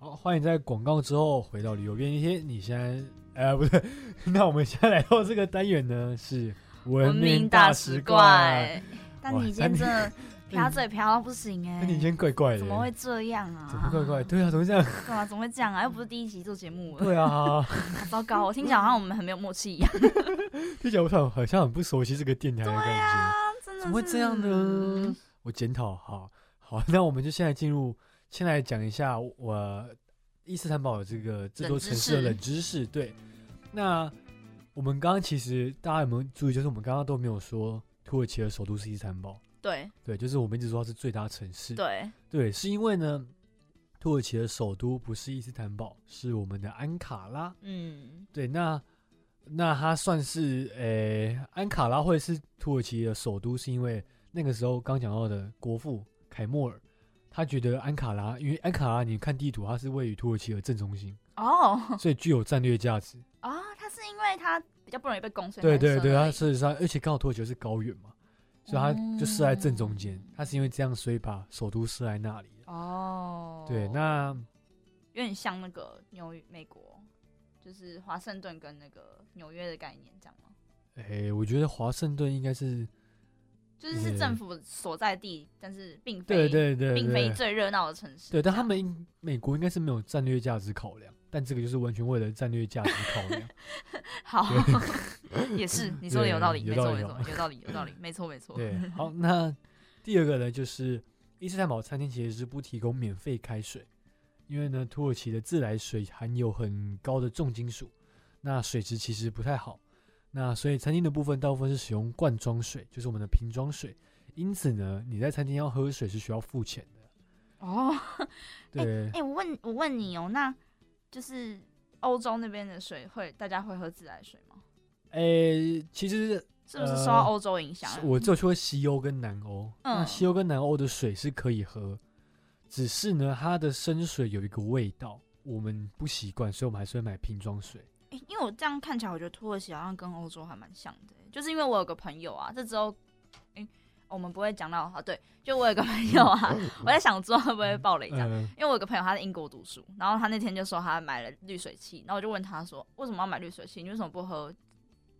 Speaker 1: 好，欢迎在广告之后回到旅游便利贴。你现在，呃，不对， 那我们现在来到这个单元呢，是文明大食怪。，
Speaker 3: 但你今天真的瓢嘴瓢到不行哎、
Speaker 1: 那你今天怪怪的，
Speaker 3: 怎么会？这样啊？
Speaker 1: 怎么怪怪？对啊，怎么会 这样？
Speaker 3: 对啊，怎么会这样啊？又不是第一集做 节目了，
Speaker 1: 对啊，
Speaker 3: 好糟糕！我听起来好像我们很没有默契一样。
Speaker 1: 听起来我好像好像很不熟悉这个电台的感觉。
Speaker 3: 啊，真的
Speaker 1: 怎么会这样
Speaker 3: 嗯
Speaker 1: 呢？？我检讨，好好，那我们就现在进入，先来讲一下我伊斯坦堡这个这座城市的冷
Speaker 3: 冷
Speaker 1: 知识。对，那我们刚刚其实大家有没有注意，就是我们刚刚都没有说土耳其的首都是伊斯坦堡，
Speaker 3: 对
Speaker 1: 对，就是我们一直说它是最大城市，
Speaker 3: 对，
Speaker 1: 对，是因为呢，土耳其的首都不是伊斯坦堡，是我们的安卡拉。
Speaker 3: 嗯，
Speaker 1: 对，那那它算是诶、安卡拉会是土耳其的首都，是因为那个时候刚讲到的国父凯末尔，他觉得安卡拉，因为安卡拉你看地图，它是位于土耳其的正中心，
Speaker 3: 哦
Speaker 1: 所以具有战略价值。
Speaker 3: 哦，它是因为它比较不容易被攻，所
Speaker 1: 对
Speaker 3: 以才
Speaker 1: 对
Speaker 3: 设
Speaker 1: 对，
Speaker 3: 而
Speaker 1: 它
Speaker 3: 已
Speaker 1: 事实上，而且刚好土耳其是高原嘛，所以它就设在正中间
Speaker 3: 嗯。
Speaker 1: 它是因为这样，所以把首都设在那里。
Speaker 3: 哦，
Speaker 1: 对，那
Speaker 3: 有点像那个纽约美国，就是华盛顿跟那个纽约的概念，这样吗？
Speaker 1: 诶、我觉得华盛顿应该是
Speaker 3: 就是是
Speaker 1: 嗯
Speaker 3: 政府所在地，但是并非
Speaker 1: 对对对对，
Speaker 3: 并非最热闹的城市。
Speaker 1: 对，但他
Speaker 3: 这样
Speaker 1: 们应美国应该是没有战略价值考量，但这个就是完全为了战略价值考量。
Speaker 3: 好 也是你说的有道理，
Speaker 1: 对
Speaker 3: 没
Speaker 1: 有道
Speaker 3: 错
Speaker 1: 理
Speaker 3: 没
Speaker 1: 有
Speaker 3: 错，有道理有道理，没错没错。
Speaker 1: 对，好，那第二个呢，就是伊斯坦堡餐厅其实是不提供免费开水，因为呢，土耳其的自来水含有很高的重金属，那水质其实不太好，那所以餐厅的部分大部分是使用罐装水，就是我们的瓶装水，因此呢，你在餐厅要喝水是需要付钱的。
Speaker 3: 哦，
Speaker 1: 对，
Speaker 3: 哎、我问我问你哦，那就是欧洲那边的水会大家会喝自来水吗？
Speaker 1: 诶、其实
Speaker 3: 是不是
Speaker 1: 呃
Speaker 3: 受到欧洲影响啊、
Speaker 1: 是我只有去过西欧跟南欧，那
Speaker 3: 嗯
Speaker 1: 西欧跟南欧的水是可以喝，只是呢，它的生水有一个味道，我们不习惯，所以我们还是会买瓶装水。
Speaker 3: 哎、诶因为我这样看起来，我觉得土耳其好像跟欧洲还蛮像的、欸就是因为我有个朋友啊，这之后，诶、我们不会讲到啊，对，就我有个朋友 啊，我在想之后会不会爆雷这样。
Speaker 1: 嗯
Speaker 3: 因为我有个朋友他在英国读书，然后他那天就说他买了滤水器，然后我就问他说为什么要买滤水器？你为什么不喝，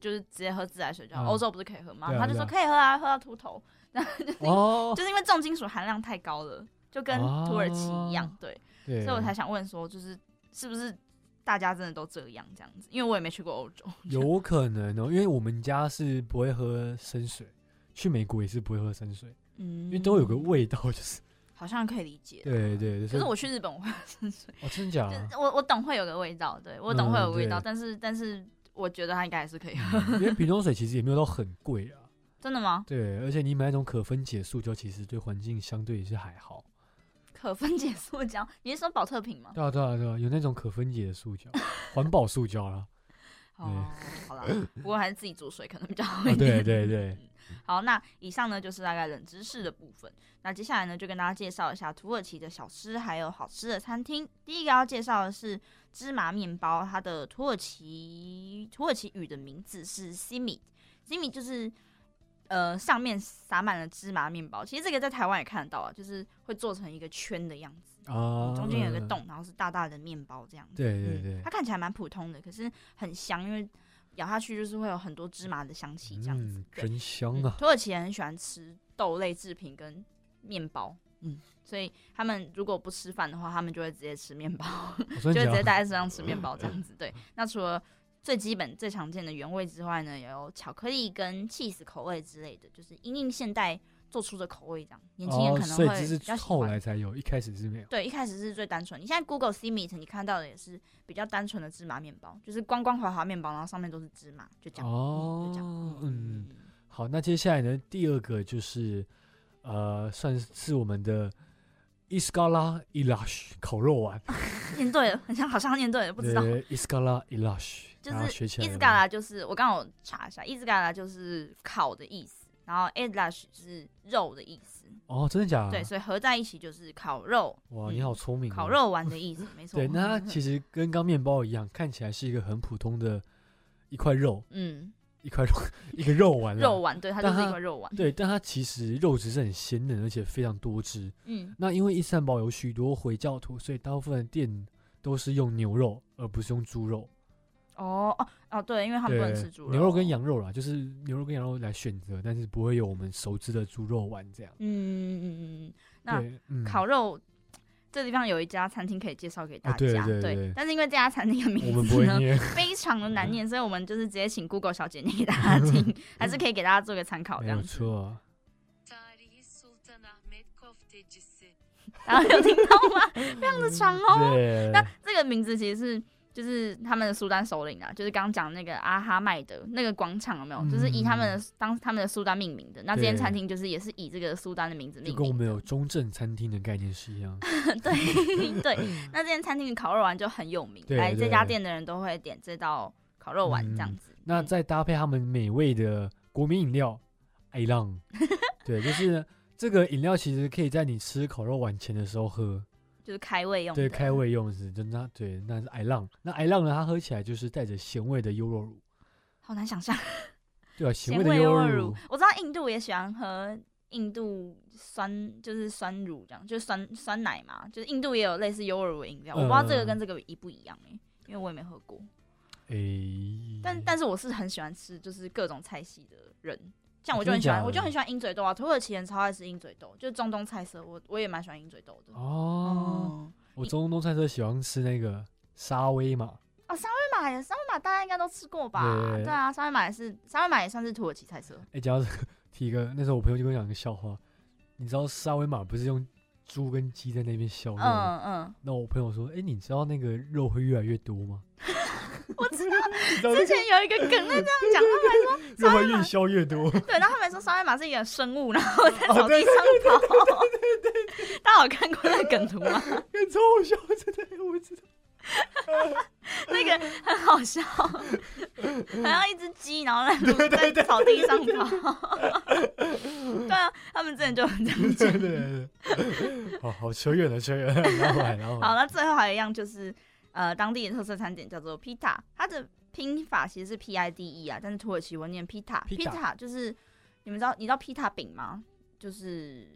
Speaker 3: 就是直接喝自来水就好？
Speaker 1: 嗯
Speaker 3: 欧、洲不是可以喝吗？
Speaker 1: 对啊
Speaker 3: 他就
Speaker 1: 对
Speaker 3: 说
Speaker 1: 啊
Speaker 3: 可以喝啊，喝到秃头，
Speaker 1: 哦，
Speaker 3: 就是因为重金属含量太高了，就跟土耳其一样，
Speaker 1: 哦
Speaker 3: 对，
Speaker 1: 对，
Speaker 3: 所以我才想问说，就是是不是大家真的都这样这样子？因为我也没去过欧洲，
Speaker 1: 有可能哦，因为我们家是不会喝生水，去美国也是不会喝生水，
Speaker 3: 嗯，
Speaker 1: 因为都有个，味道， 就是
Speaker 3: 好像可以理解。
Speaker 1: 对对对。
Speaker 3: 可
Speaker 1: 所以
Speaker 3: 是我去日本，我会喝水，
Speaker 1: 哦，真的假
Speaker 3: 就
Speaker 1: 的
Speaker 3: 是？我我懂会有个味道，对我懂会有个味道，
Speaker 1: 嗯对
Speaker 3: 但是但是我觉得它应该还是可以喝，
Speaker 1: 嗯因为瓶装水其实也没有到很贵啊，
Speaker 3: 真的吗？
Speaker 1: 对，而且你买那种可分解塑胶，其实对环境相对也是还好。
Speaker 3: 可分解塑胶，你是说保特瓶吗？
Speaker 1: 对啊，对啊，对啊，有那种可分解的塑 胶，环保塑胶啊啦。
Speaker 3: 哦，好啦，不过还是自己煮水可能比较好
Speaker 1: 啊
Speaker 3: 一点。
Speaker 1: 对对对，
Speaker 3: 好，那以上呢就是大概冷知识的部分。那接下来呢，就跟大家介绍一下土耳其的小吃还有好吃的餐厅。第一个要介绍的是芝麻面包，它的土耳其土耳其语的名字是 simi，simi 就是呃上面撒满了芝麻面包。其实这个在台湾也看得到啊，就是会做成一个圈的样子。
Speaker 1: 啊，
Speaker 3: 中间有一个
Speaker 1: 嗯。
Speaker 3: 洞，然后是大大的面包这样子。
Speaker 1: 对对
Speaker 3: 嗯
Speaker 1: 对
Speaker 3: 它看起来蛮普通的，可是很香，因为咬下去就是会有很多芝麻的香气这样子。
Speaker 1: 嗯，
Speaker 3: 对，
Speaker 1: 真香
Speaker 3: 嗯
Speaker 1: 啊！
Speaker 3: 土耳其人很喜欢吃豆类制品跟面包，嗯，所以他们如果不吃饭的话，他们就会直接吃 面包，
Speaker 1: 我
Speaker 3: 就
Speaker 1: 真的
Speaker 3: 会直
Speaker 1: 假
Speaker 3: 接
Speaker 1: 的？
Speaker 3: 带在身上吃面包这样子。 对，那除了最基本、最常见的原味之外呢，也有巧克力跟 cheese 口味之类的，就是因应现代做出的口味这样。年轻人
Speaker 1: 哦，
Speaker 3: 可能
Speaker 1: 所以这
Speaker 3: 会比
Speaker 1: 是
Speaker 3: 较喜
Speaker 1: 后
Speaker 3: 欢。
Speaker 1: 来才有，一开始是没有。
Speaker 3: 对，一开始是最单纯。你现在 Google See Meat，你看到的也是比较单纯的芝麻面包，就是光光滑滑面包，然后上面都是芝麻，就这样。嗯就这
Speaker 1: 哦
Speaker 3: 样。
Speaker 1: 嗯，好，那接下来呢，第二个就是呃，算是我们的伊斯卡拉伊拉什烤肉丸，
Speaker 3: 念对了，很像好像念对了，啊不知道。
Speaker 1: 对，伊斯卡拉伊拉什，
Speaker 3: 就
Speaker 1: 大家
Speaker 3: 是
Speaker 1: 学起来
Speaker 3: 伊
Speaker 1: 了
Speaker 3: 兹
Speaker 1: 吗
Speaker 3: 嘎拉，就是我刚刚有查一下，伊兹嘎拉就是烤的意思，然后 e d l a s h 是肉的意思，
Speaker 1: 哦，真的假的？
Speaker 3: 对，所以合在一起就是烤肉。
Speaker 1: 哇，
Speaker 3: 嗯
Speaker 1: 你好聪明、哦，
Speaker 3: 烤肉丸的意思，没错。
Speaker 1: 对，那它其实跟刚面包一样，看起来是一个很普通的一块肉，
Speaker 3: 嗯，
Speaker 1: 一块肉，一个肉丸啦。
Speaker 3: 肉丸，对，它就
Speaker 1: 但
Speaker 3: 是一
Speaker 1: 它
Speaker 3: 个肉丸。
Speaker 1: 对，但它其实肉质是很鲜嫩，而且非常多汁。
Speaker 3: 嗯，
Speaker 1: 那因为伊斯坦堡有许多回教徒，所以大部分的店都是用牛肉，而不是用猪肉。
Speaker 3: 哦哦哦，对，因为他们不能
Speaker 1: 对
Speaker 3: 吃猪肉，哦
Speaker 1: 牛肉跟羊肉啦，就是牛肉跟羊肉来选择，但是不会有我们熟知的猪肉丸这样。
Speaker 3: 嗯。嗯嗯嗯嗯，那
Speaker 1: 对，嗯、
Speaker 3: 烤肉这地方有一家餐厅可以介绍给大家，
Speaker 1: 啊对对对
Speaker 3: 但是因为这家餐厅的
Speaker 1: 我
Speaker 3: 名
Speaker 1: 们不
Speaker 3: 字
Speaker 1: 会
Speaker 3: 呢
Speaker 1: 念，
Speaker 3: 非常的难念，所以我们就是直接请 Google 小姐念给大家 听，还是可以给大家做个参考这
Speaker 1: 没
Speaker 3: 样
Speaker 1: 有
Speaker 3: 子。
Speaker 1: 错。啊
Speaker 8: Tarihi Sultanahmet Koftecisi.
Speaker 3: 大家有听到吗？ 非常的长哦。
Speaker 1: 嗯对，
Speaker 3: 那这个名字其实是。就是他们的苏丹首领啊，就是刚刚讲那个阿哈迈德那个广场有没有？
Speaker 1: 嗯
Speaker 3: 就是以他们的当他们的苏丹命名的。那这间
Speaker 1: 对
Speaker 3: 餐厅就是也是以这个苏丹的名字
Speaker 1: 就
Speaker 3: 命
Speaker 1: 跟我
Speaker 3: 名
Speaker 1: 们
Speaker 3: 的。
Speaker 1: 有中正餐厅的概念是一样。
Speaker 3: 对对，那这间餐厅的烤肉丸就很有名，
Speaker 1: 嗯对
Speaker 3: 来这家
Speaker 1: 对
Speaker 3: 店的人都会点这道烤肉丸这样
Speaker 1: 嗯
Speaker 3: 子。
Speaker 1: 那
Speaker 3: 嗯
Speaker 1: 再搭配他们美味的国民饮料艾 浪，对，就是这个饮料其实可以在你吃烤肉碗前的时候喝，
Speaker 3: 就是开胃用的，
Speaker 1: 对，开胃用是，就那对，那是艾浪。那艾浪呢，它喝起来就是带着咸味的优酪乳，
Speaker 3: 好难想象
Speaker 1: 对啊，咸的
Speaker 3: 味优
Speaker 1: 酪
Speaker 3: 乳。我知道印度也喜欢喝印度酸，就是酸乳这样，就是酸酸奶嘛，就是印度也有类似优酪乳的饮料，我不知道
Speaker 1: 嗯
Speaker 3: 这个跟这个一不一样哎、因为我也没喝过，
Speaker 1: 诶，
Speaker 3: 但但是我是很喜欢吃，就是各种菜系的人。像
Speaker 1: 啊
Speaker 3: 我就
Speaker 1: 真的
Speaker 3: 很喜欢，
Speaker 1: 假的
Speaker 3: 我就很喜欢鹰嘴豆啊，土耳其人超爱吃鹰嘴豆，就是中东菜色，我我也蛮喜欢鹰嘴豆的。
Speaker 1: 哦，
Speaker 3: 嗯，
Speaker 1: 我中东菜车喜欢吃那个沙威玛，
Speaker 3: 哦，沙威玛也，沙威玛大家应该都吃过吧？
Speaker 1: 对
Speaker 3: 对啊，沙威玛也是，沙威玛也算是土耳其菜色。
Speaker 1: 哎，讲到这个， 提一个，那时候我朋友就跟我讲一个笑话，你知道沙威玛不是用猪跟鸡在那边削肉吗？
Speaker 3: 嗯嗯，
Speaker 1: 那我朋友说：“哎、你知道那个肉会越来越多 吗？
Speaker 3: 我知道
Speaker 1: 你知道
Speaker 3: 之前有一个梗在这样讲，他们
Speaker 1: 肉会越削越多。
Speaker 3: 还说对，然后他们还说沙威玛是一个生物，然后在草地上跑。 大家有看过那个梗图吗？
Speaker 1: 很 超好笑，真的，我知道。
Speaker 3: 那个很好笑，好像一只鸡，然后在路在草地上跑。 对啊，他们之前就有这样
Speaker 1: 对
Speaker 3: 讲。
Speaker 1: 对对对， 好好扯远了，扯远了，然后来，然后
Speaker 3: 好，
Speaker 1: 来，
Speaker 3: 那最后还有一样就是呃当地的特色餐点叫做 pita，它的拼法其实是 P I D E 啊，但是土耳其文念 pita
Speaker 1: Pita
Speaker 3: 就是你们知道你知道 pita 饼吗？就是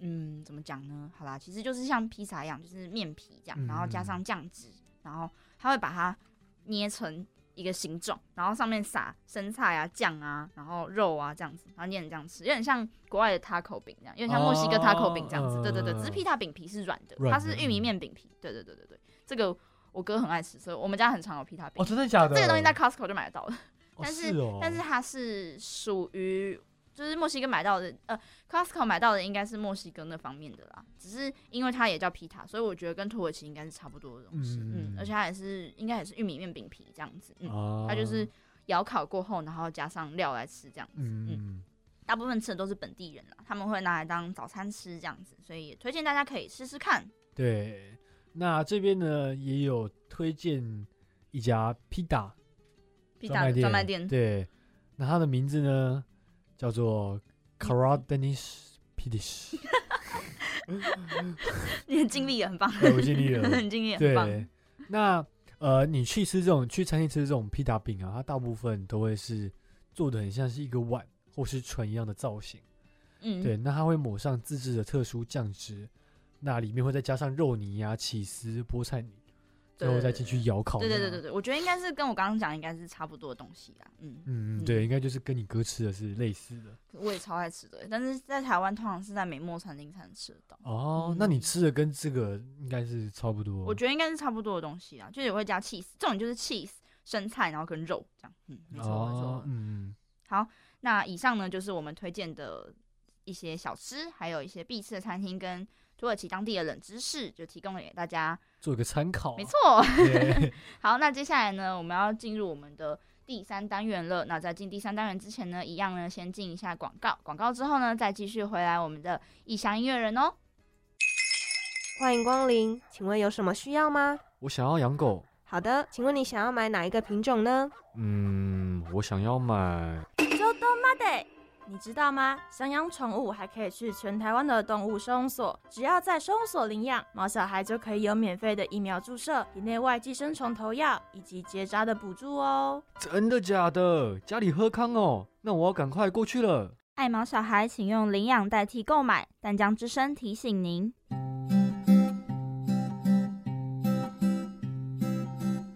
Speaker 3: 嗯，怎么讲呢？好啦，其实就是像披萨一样，就是面皮这
Speaker 1: 嗯
Speaker 3: 样，然后加上酱汁，然后他会把它捏成一个形状，然后上面撒生菜啊、酱啊，然后肉啊这样子，然后捏成这样吃，有点像国外的 taco 饼这样，有点像墨西哥
Speaker 1: 哦
Speaker 3: taco 饼这样子。
Speaker 1: 嗯
Speaker 3: 对对对，只是
Speaker 1: 嗯
Speaker 3: pita 饼皮是软的，
Speaker 1: 软
Speaker 3: 它
Speaker 1: 的
Speaker 3: 是玉米
Speaker 1: 嗯
Speaker 3: 面饼皮。对对对对对，这个我哥很爱吃，所以我们家很常有 pita 饼。
Speaker 1: 哦，真的假的？
Speaker 3: 这个东西在 Costco 就买得到了，
Speaker 1: 哦
Speaker 3: 但
Speaker 1: 是哦，
Speaker 3: 但是它是属于就是墨西哥买到的，呃，Costco 买到的应该是墨西哥那方面的啦。只是因为它也叫皮塔，所以我觉得跟土耳其应该是差不多的东西。嗯
Speaker 1: 嗯
Speaker 3: 而且它也是应该也是玉米面饼皮这样子。嗯，
Speaker 1: 啊，
Speaker 3: 它就是窑烤过后，然后加上料来吃这样子。
Speaker 1: 嗯
Speaker 3: 嗯，
Speaker 1: 嗯
Speaker 3: 大部分吃的都是本地人啦，他们会拿来当早餐吃这样子，所以也推荐大家可以试试看。
Speaker 1: 对，那这边呢也有推荐一家披达
Speaker 3: 皮
Speaker 1: 专
Speaker 3: 塔
Speaker 1: 卖
Speaker 3: 的
Speaker 1: 店，
Speaker 3: 专卖店，
Speaker 1: 对，那它的名字呢叫
Speaker 3: 嗯
Speaker 1: 做 Karadenis Pidish，
Speaker 3: 你很尽力了，很棒，
Speaker 1: 对我尽力了
Speaker 3: 很尽力，很棒。
Speaker 1: 对，那呃，你去吃这种去餐厅吃这种披达饼啊，它大部分都会是做的很像是一个碗或是船一样的造型。
Speaker 3: 嗯，
Speaker 1: 对，那它会抹上自制的特殊酱汁，那里面会再加上肉泥啊、起司、菠菜泥，最后再进去窑烤。
Speaker 3: 对对对对，对，我觉得应该是跟我刚刚讲的应该是差不多的东西啦。嗯，
Speaker 1: 嗯
Speaker 3: 嗯
Speaker 1: 嗯，对，应该就是跟你哥吃的是类似的。
Speaker 3: 我也超爱吃的，但是在台湾通常是在美墨餐厅才能吃得到。
Speaker 1: 哦，那你
Speaker 3: 嗯
Speaker 1: 吃的跟这个应该是差不多。
Speaker 3: 我觉得应该是差不多的东西啦，啊就是也会加 cheese，这种就是 cheese 生菜，然后跟肉这样。嗯，没错、没
Speaker 1: 哦
Speaker 3: 错，。
Speaker 1: 嗯，
Speaker 3: 好，那以上呢就是我们推荐的一些小吃，还有一些必吃的餐厅跟土耳其当地的冷知识，就提供给大家。
Speaker 1: 做个参考。
Speaker 3: 没错。
Speaker 1: 对。
Speaker 3: 好，那接下来呢，我们要进入我们的第三单元了。那在进第三单元之前呢，一样呢，先进一下广告。广告之后呢，再继续回来我们的异乡音乐人哦。
Speaker 9: 欢迎光临，请问有什么需要吗？
Speaker 10: 我想要养狗，
Speaker 9: 好的，请问你想要买哪一个品种呢？
Speaker 10: 嗯，我想要买，
Speaker 11: 周东妈得，你知道吗？想养啊宠物还可以去全台湾的动物收容所，只要在收容所领养毛小孩，就可以有免费的疫苗注射、体内外寄生虫投药以及结扎的补助哦。
Speaker 10: 真的假的？家里喝康哦，那我要赶快过去了。
Speaker 3: 爱毛小孩，请用领养代替购买。淡江之声提醒您。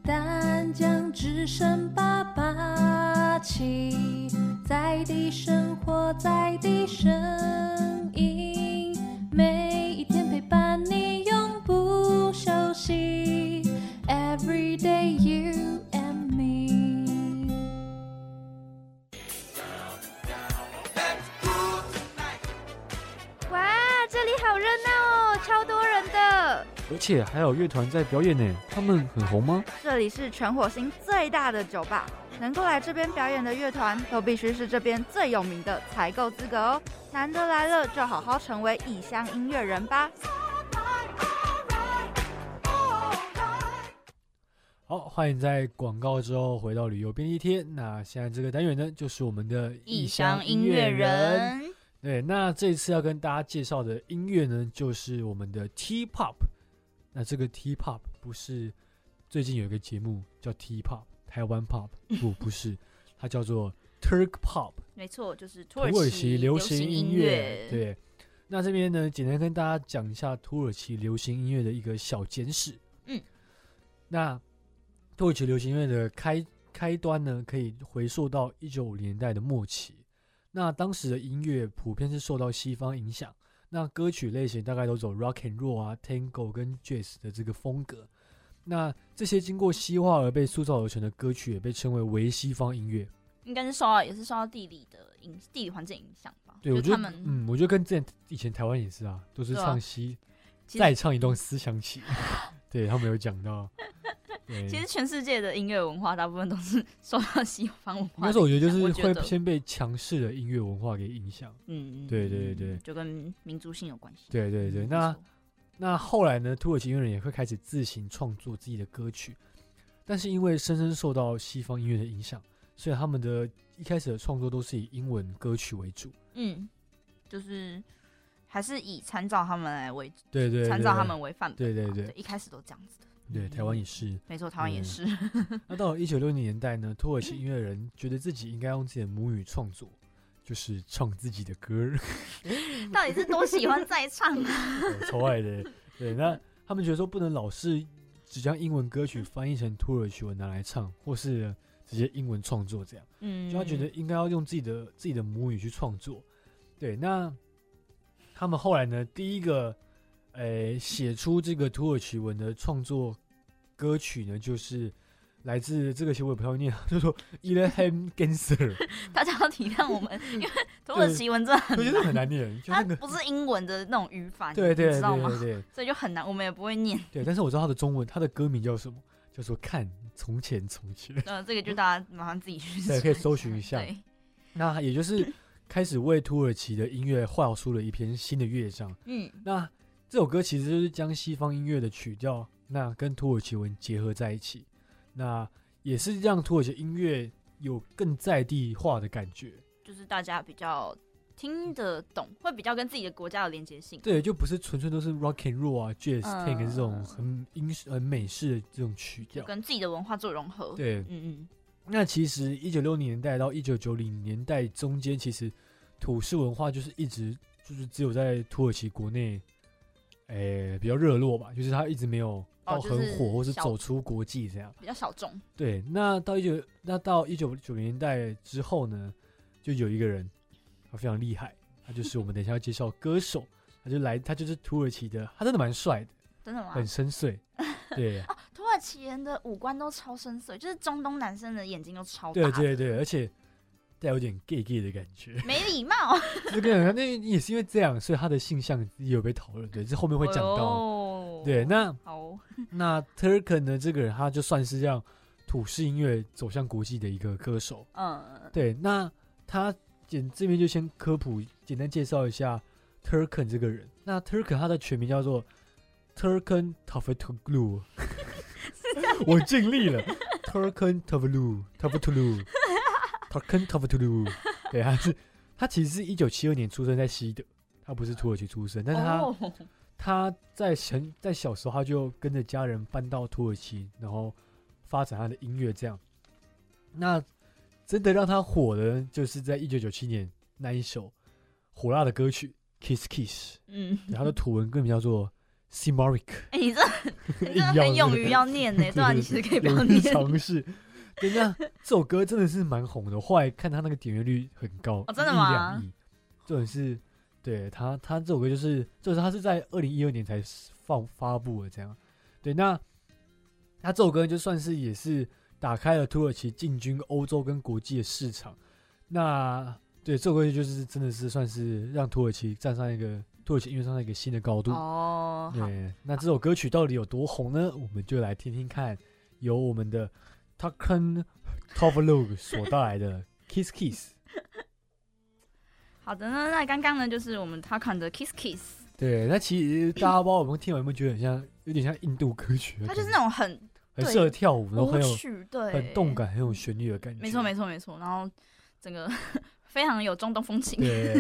Speaker 7: 淡江之声八八七，在地生活，在地声音，每一天陪伴你，永不休息。Every day you and me。
Speaker 2: 哇，这里好热闹哦，超多人的。
Speaker 1: 而且还有乐团在表演呢，他们很红吗？
Speaker 6: 这里是全火星最大的酒吧，能够来这边表演的乐团都必须是这边最有名的采购资格哦。难得来了，就好好成为异乡音乐人吧。
Speaker 1: 好，欢迎在广告之后回到旅游便利贴。那现在这个单元呢，就是我们的
Speaker 3: 异乡音乐人，
Speaker 1: 对，那这次要跟大家介绍的音乐呢，就是我们的 T-pop。那这个 T-pop 不是最近有一个节目叫 T-pop 台湾 pop，不不是，它叫做 Turk pop
Speaker 3: 没错，就是
Speaker 1: 土
Speaker 3: 土耳
Speaker 1: 耳
Speaker 3: 其
Speaker 1: 其流行音
Speaker 3: 乐。，
Speaker 1: 对，那这边呢，简单跟大家讲一下土耳其流行音乐的一个小简史。
Speaker 3: 嗯，
Speaker 1: 那土耳其流行音乐的开开端呢，可以回溯到一九五零年代的末期。那当时的音乐普遍是受到西方影响，那歌曲类型大概都走 rock and roll 啊、tango 跟 jazz 的这个风格。那这些经过西化而被塑造而成的歌曲，也被称为为西方音乐。
Speaker 3: 应该是受到也是受到地理的影地理环境影响吧。
Speaker 1: 对，
Speaker 3: 就
Speaker 1: 我觉
Speaker 3: 他
Speaker 1: 得
Speaker 3: 们，
Speaker 1: 嗯，我觉得跟之前以前台湾也是啊，都是
Speaker 3: 对啊
Speaker 1: 唱西，
Speaker 3: 其
Speaker 1: 再
Speaker 3: 实
Speaker 1: 唱一段思想起， 对他们有讲 到，对，
Speaker 3: 其实全世界的音乐文化大部分都是受到西方文
Speaker 1: 那
Speaker 3: 化的影响。
Speaker 1: 时候我觉得就是
Speaker 3: 觉
Speaker 1: 会
Speaker 3: 得
Speaker 1: 先被强势的音乐文化给影响，
Speaker 3: 嗯，嗯
Speaker 1: 对对
Speaker 3: 嗯
Speaker 1: 对
Speaker 3: 就跟民族性有关系。
Speaker 1: 对对对，
Speaker 3: 嗯
Speaker 1: 那
Speaker 3: 没错
Speaker 1: 那后来呢，土耳其音乐人也会开始自行创作自己的歌曲，但是因为深深受到西方音乐的影响，所以他们的一开始的创作都是以英文歌曲为主，
Speaker 3: 嗯，就是还是以参照他们来为
Speaker 1: 对对，
Speaker 3: 参
Speaker 1: 对
Speaker 3: 照
Speaker 1: 对
Speaker 3: 他们为范本吧，啊
Speaker 1: 对对对
Speaker 3: 一开始都这样子的。
Speaker 1: 对，台湾也是。
Speaker 3: 没错，台湾也
Speaker 1: 嗯
Speaker 3: 是。
Speaker 1: 那到了一九六零年代呢，土耳其音乐人觉得自己应该用自己的母语创作，就是唱自己的歌儿，
Speaker 3: 到底是多喜欢再唱啊？
Speaker 1: 我超爱呃的。对，那他们觉得说不能老是只将英文歌曲翻译成土耳其文拿来唱，或是直接英文创作这样。
Speaker 3: 嗯
Speaker 1: 就他觉得应该要用自己的自己的母语去创作。对，那他们后来呢，第一个呃写出这个土耳其文的创作歌曲呢，就是来自这个其实我也不太会念，啊 就说 i l h a m Genser，
Speaker 3: 大家要体谅我们，因为土耳其文真的很
Speaker 1: 我觉得很难 念，就
Speaker 3: 它
Speaker 1: 那个
Speaker 3: 不是英文的那种语法，
Speaker 1: 对
Speaker 3: 你
Speaker 1: 对
Speaker 3: 知道吗
Speaker 1: 对？对对
Speaker 3: 所以就很难，我们也不会念。
Speaker 1: 对，但是我知道他的中文，他的歌名叫什么，叫做《看从前从前》。
Speaker 3: 呃，这个就大家麻烦自己去
Speaker 1: 对，
Speaker 3: 查
Speaker 1: 可以搜寻一下
Speaker 3: 对。
Speaker 1: 那也就是开始为土耳其的音乐画出了一篇新的乐章。
Speaker 3: 嗯，
Speaker 1: 那这首歌其实就是将西方音乐的曲调，那跟土耳其文结合在一起，那也是让土耳其音乐有更在地化的感觉。
Speaker 3: 就是大家比较听得懂，会比较跟自己的国家有连接性。
Speaker 1: 对，就不是纯粹都是 rock and roll 啊、jazz、
Speaker 3: 嗯
Speaker 1: tank 这种很英式、很美式的这种曲
Speaker 3: 就
Speaker 1: 调。
Speaker 3: 跟自己的文化做融合。
Speaker 1: 对
Speaker 3: 嗯嗯，
Speaker 1: 那其实一九六零年代到一九九零年代中间，其实土氏文化就是一直就是只有在土耳其国内，诶、比较热络吧，就是它一直没有
Speaker 3: 哦
Speaker 1: 到
Speaker 3: 就
Speaker 1: 很
Speaker 3: 是
Speaker 1: 火、或是
Speaker 3: 小
Speaker 1: 走出国际这样。
Speaker 3: 比较小众。
Speaker 1: 对，那到一九那到一九九零年代之后呢，就有一个人他非常厉害，他就是我们等一下要介绍歌手，他就来他就是土耳其的，他真的蛮帅的，
Speaker 3: 真的吗？
Speaker 1: 很深 邃，对
Speaker 3: 土耳其人的五官都超深邃，就是中东男生的眼睛都超大
Speaker 1: 对
Speaker 3: 的，
Speaker 1: 对对，而且带有点 gay gay 的感觉。
Speaker 3: 没礼貌。
Speaker 1: 这个人那也是因为这样，所以他的性向也有被讨论，对，这后面会讲到。
Speaker 3: 哦
Speaker 1: 对，那
Speaker 3: 好，
Speaker 1: 那 Turken 呢？这个人他就算是让土式音乐走向国际的一个歌手。
Speaker 3: 嗯，
Speaker 1: 对，那他简这边就先科普，简单介绍一下 Turken 这个人。那 Turken 他的全名叫做 Turken Tavutoglu，我尽力了，Turken Tavutoglu，Tavutoglu。Turken t a v t u l 对，他是他其实是一九七二年出生在西德，他不是土耳其出生，但是他、
Speaker 3: 哦
Speaker 1: 他在很在小时候他就跟着家人搬到土耳其，然后发展他的音乐这样。那真的让他火的，就是在一九九七年那一首火辣的歌曲《Kiss Kiss》，
Speaker 3: 嗯
Speaker 1: 对，他的土文歌名叫做 Simarik。
Speaker 3: 哎、 你这你这很勇于要念呢、对啊，你其实可以不要
Speaker 1: 有
Speaker 3: 念
Speaker 1: 意。尝试。 对，那这首歌真的是蛮红的，我后来看他那个点阅率很高，
Speaker 3: 哦真的
Speaker 1: 一亿
Speaker 3: 吗
Speaker 1: 两亿，这种是对他他这首歌就是就是他是在二零一二年才放发布的这样。对，那他这首歌就算是也是打开了土耳其进军欧洲跟国际的市场。那对这首歌就是真的是算是让土耳其站上一个土耳其音乐上的一个新的高度。
Speaker 3: 哦，好，
Speaker 1: 对，那这首歌曲到底有多红呢？我们就来听听看，由我们的 Taken Top Log 所带来的 Kiss Kiss。
Speaker 3: 好的呢。那刚刚呢，就是我们 t a k a n 的 Kiss Kiss，
Speaker 1: 对，那其实大家不知道有没有听完，有没有觉得很像，有点像印度歌曲的感觉？
Speaker 3: 它就是那种很
Speaker 1: 很适合
Speaker 3: 对
Speaker 1: 跳舞，然后很
Speaker 3: 舞
Speaker 1: 有
Speaker 3: 曲对
Speaker 1: 很动感，很有旋律的感觉。
Speaker 3: 没错没错没错，然后整个 非常有中东风情，
Speaker 1: 对